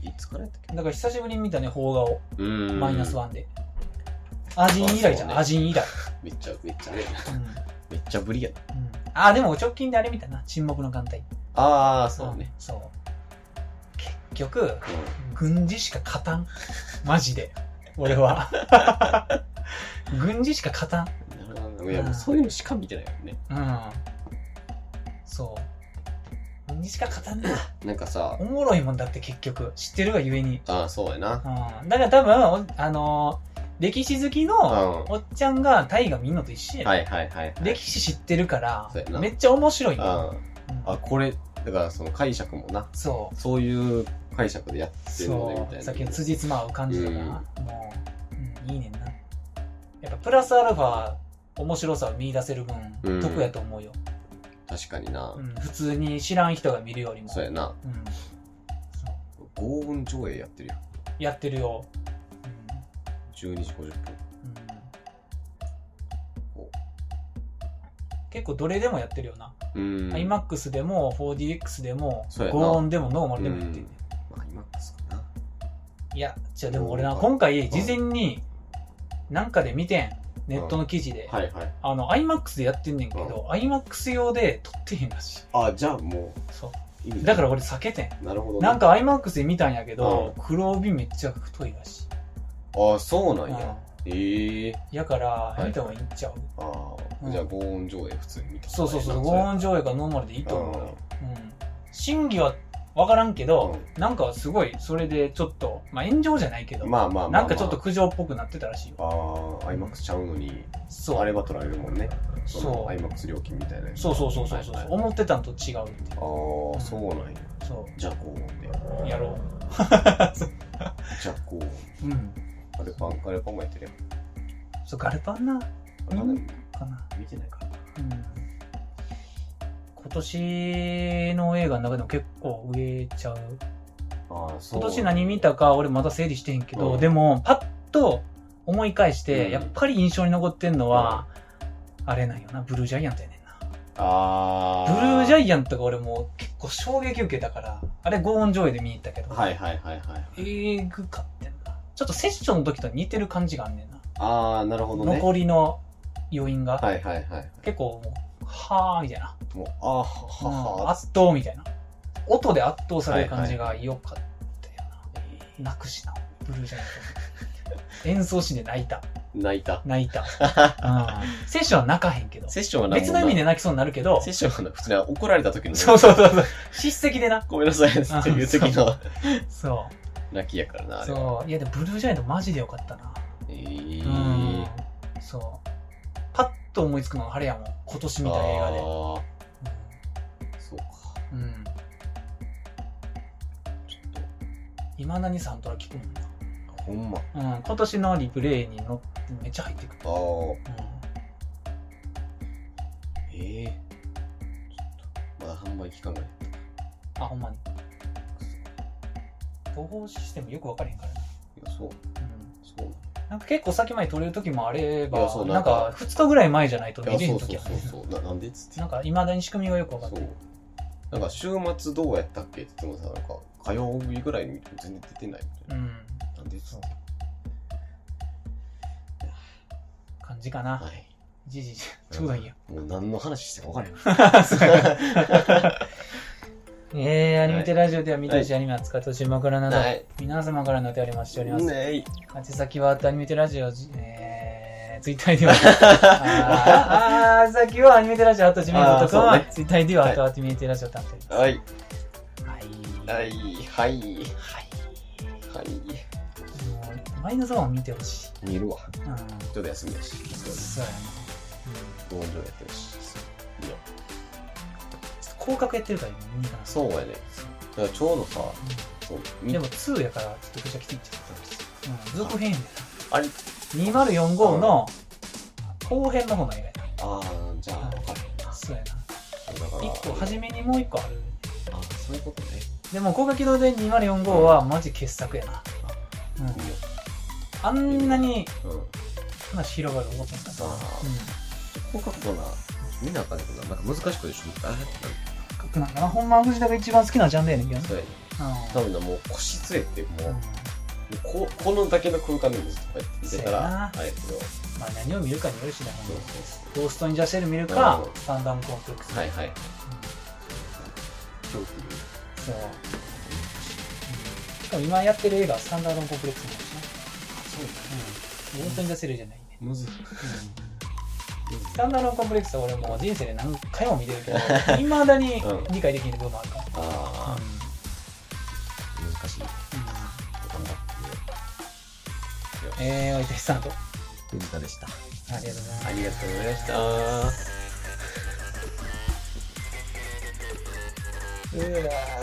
ないつからやったっだから久しぶりに見たね邦画をけうーんマイナスワンでアジン以来じゃん、あそうねアジン以来、めっちゃめっちゃねうんうん、めっちゃぶりやなあでも直近であれ見たな沈黙の艦隊ああそうねんそう結局うん軍事しか勝たんマジで俺 は軍事しか勝たんなるほどいやもうそういうのしか見てないよねうんそう軍事しか勝たんななんかさおもろいもんだって結局知ってるがゆえに、ああそうやなうん、だから多分おあのー歴史好きうんのはおっちゃんが大河見んのと一緒やいで、はいはいはい歴史知ってるからそうやなめっちゃ面白いうんよ、うんあこれだからその解釈もなそうそういう解釈でやってるのねみそたいうなさっきの辻褄合う感じだな、もう、うん、いいねんなやっぱプラスアルファ面白さを見出せる分、うん得やと思うよ、確かになうん、普通に知らん人が見るよりもそうやなうん、そう合音上映やってるやんやってるよ、 12時50分うんうんこ結構どれでもやってるよな、ううん iMAX でも 4DX でもそうやなゴ音でもノーマルでもやってる、まあ今かな。いやじゃあでも俺なうん今回事前になんかで見てんネットの記事で、はいはい。あの、iMAX でやってんねんけど、iMAX 用で撮ってへんらしい。あ、じゃあもそう意味だないから俺避けてん。なるほどね。なんか iMAX で見たんやけど、黒帯めっちゃ太いらしい。あ、そうなんうんや。ええ。やから、い見た方がいいんちゃう、あうんあ。じゃあ合音上映普通に見た。そうそうそう、なん5かれ音上映がノーマルでいいと思うよ。うん。真偽は分からんけど、なんかすごい、それでちょっと、まあ炎上じゃないけうど、んまあまあまあまあ。なんかちょっと。苦情っぽくなってたらしいよ。ああ、アイマックスちゃうのに、そう。あれば取られるもんね。そうアイマックス料金みたいなやつ。そうそうそうそうそう、はいはい思ってたんと違うって。ああ、そうなんや。そじゃあ合音で。う。やろじゃあ合音。う。うん。あれパン、あれパンもやってるやん。そう、ガルパンな、あれうんでもかな。見てないからな。うん今年の映画の中でも結構上ちゃうああ、そう。今年何見たか俺まだ整理してへんけど、うんでもパッと思い返して、うんやっぱり印象に残ってんのは、あれなんよなブルージャイアントやねんなああ。ブルージャイイアントが俺もう結構衝撃受けたからあれゴーン上映で見に行ったけど、はいはいはいはい。えぐかってんなちょっとセッションの時と似てる感じがあんねんな、ああ、なるほどね。残りの余韻が、はいはいはい。結構もうはーみたいなもう、あははは。圧倒みたいな音で圧倒される感じが良かったよな、泣くしなブルージャイアント演奏しで泣いた泣いた。泣 いた、うん、セッションは泣かへんけどセッションはな別の意味でも泣きそうになるけどうなセッションはな普通に怒られた時の、そうそうそうそう叱責でなごめんなさいっていう時のそ泣きやからな、うあれは。そういやでもブルージャイアントマジで良かったなえうーんそうパッと思いつくのがあれやもん今年見た映画であーそうか。うんうんちょっと、いまだにサントラ聞くもんほんま。あな、うん、今年のリプレイに乗ってめっちゃ入ってくる、あー、うんええー。ちょっと、まだ販売期間がね。あ、ほんまに。統合システムよく分からへんからな。いや、そう、そうなんか結構先まで撮れる時もあればいやそう、ななんんかか2日ぐらい前じゃないとな見の。れいへんや、そう時そうあるそうそう。ななんでっつってな。んかいまだに仕組みがよく分かっそてう。なんか、週末どうやったっけって言ってもさ、なんか、火曜日ぐらいに見ても全然出てないみたいな。うん。なんでそう感じかな。い。じじじ。ちょうどいい や。もう何の話してか分からへん。えー、アニメテラジオでは見たいし、アニメ扱ってほしい枕など、はい。皆様からのお便りお待ちしております。ね宛先は、アニメテラジオ、じえー、ツイッターでは、あーあー、宛先はアニメテラジオ、あとジメルとあーそうかね、ツイッターでは、あとアニメテラジオ探偵です。はい。はい。はい。はい。はい。はい。もうマイナスワンを見てほしい。見るわ。うん。ちょっと休みだし。そうや道場やってるしいいよ広角やってるから見に行かなそうやねだからちょうどさ、そうみでも2やからちょっとぐちゃきついっちゃう、うん、続編やあれな2045の後編の方がええああじゃあ分かるなそうやなだから1個初めにもう1個あるあそういうことねでも高架機動で2045はマジ傑作やな、うんいいよあんなにうん話広がる思ってなかった、ああ広角とな見なあかんけどななんか難しくでしょあれなんかうん、かくなんかなほんまは藤田が一番好きなジャンルやねんけどなそうやねう多分なもう腰つえてもんううんここのだけの空間でもずっとこうやって見てそたうやならあれやけどまあ何を見るかによるしねほんそうまそうゴースト・イン・ジャシェル見るかうんサンダム・コンプレックス、そうはいはい恐怖そう、しかも今やってる映画スタンダードンコンプレックスもあるしなうん本当に出せるじゃないね、むずいスタンダードンコンプレックスは俺もう人生で何回も見てるけどいまだにうん理解できない部分もあるから、ああ難しい頑張うんえー、おいてスタントって藤田でしたありがとうございます、ありがとうございましたうわー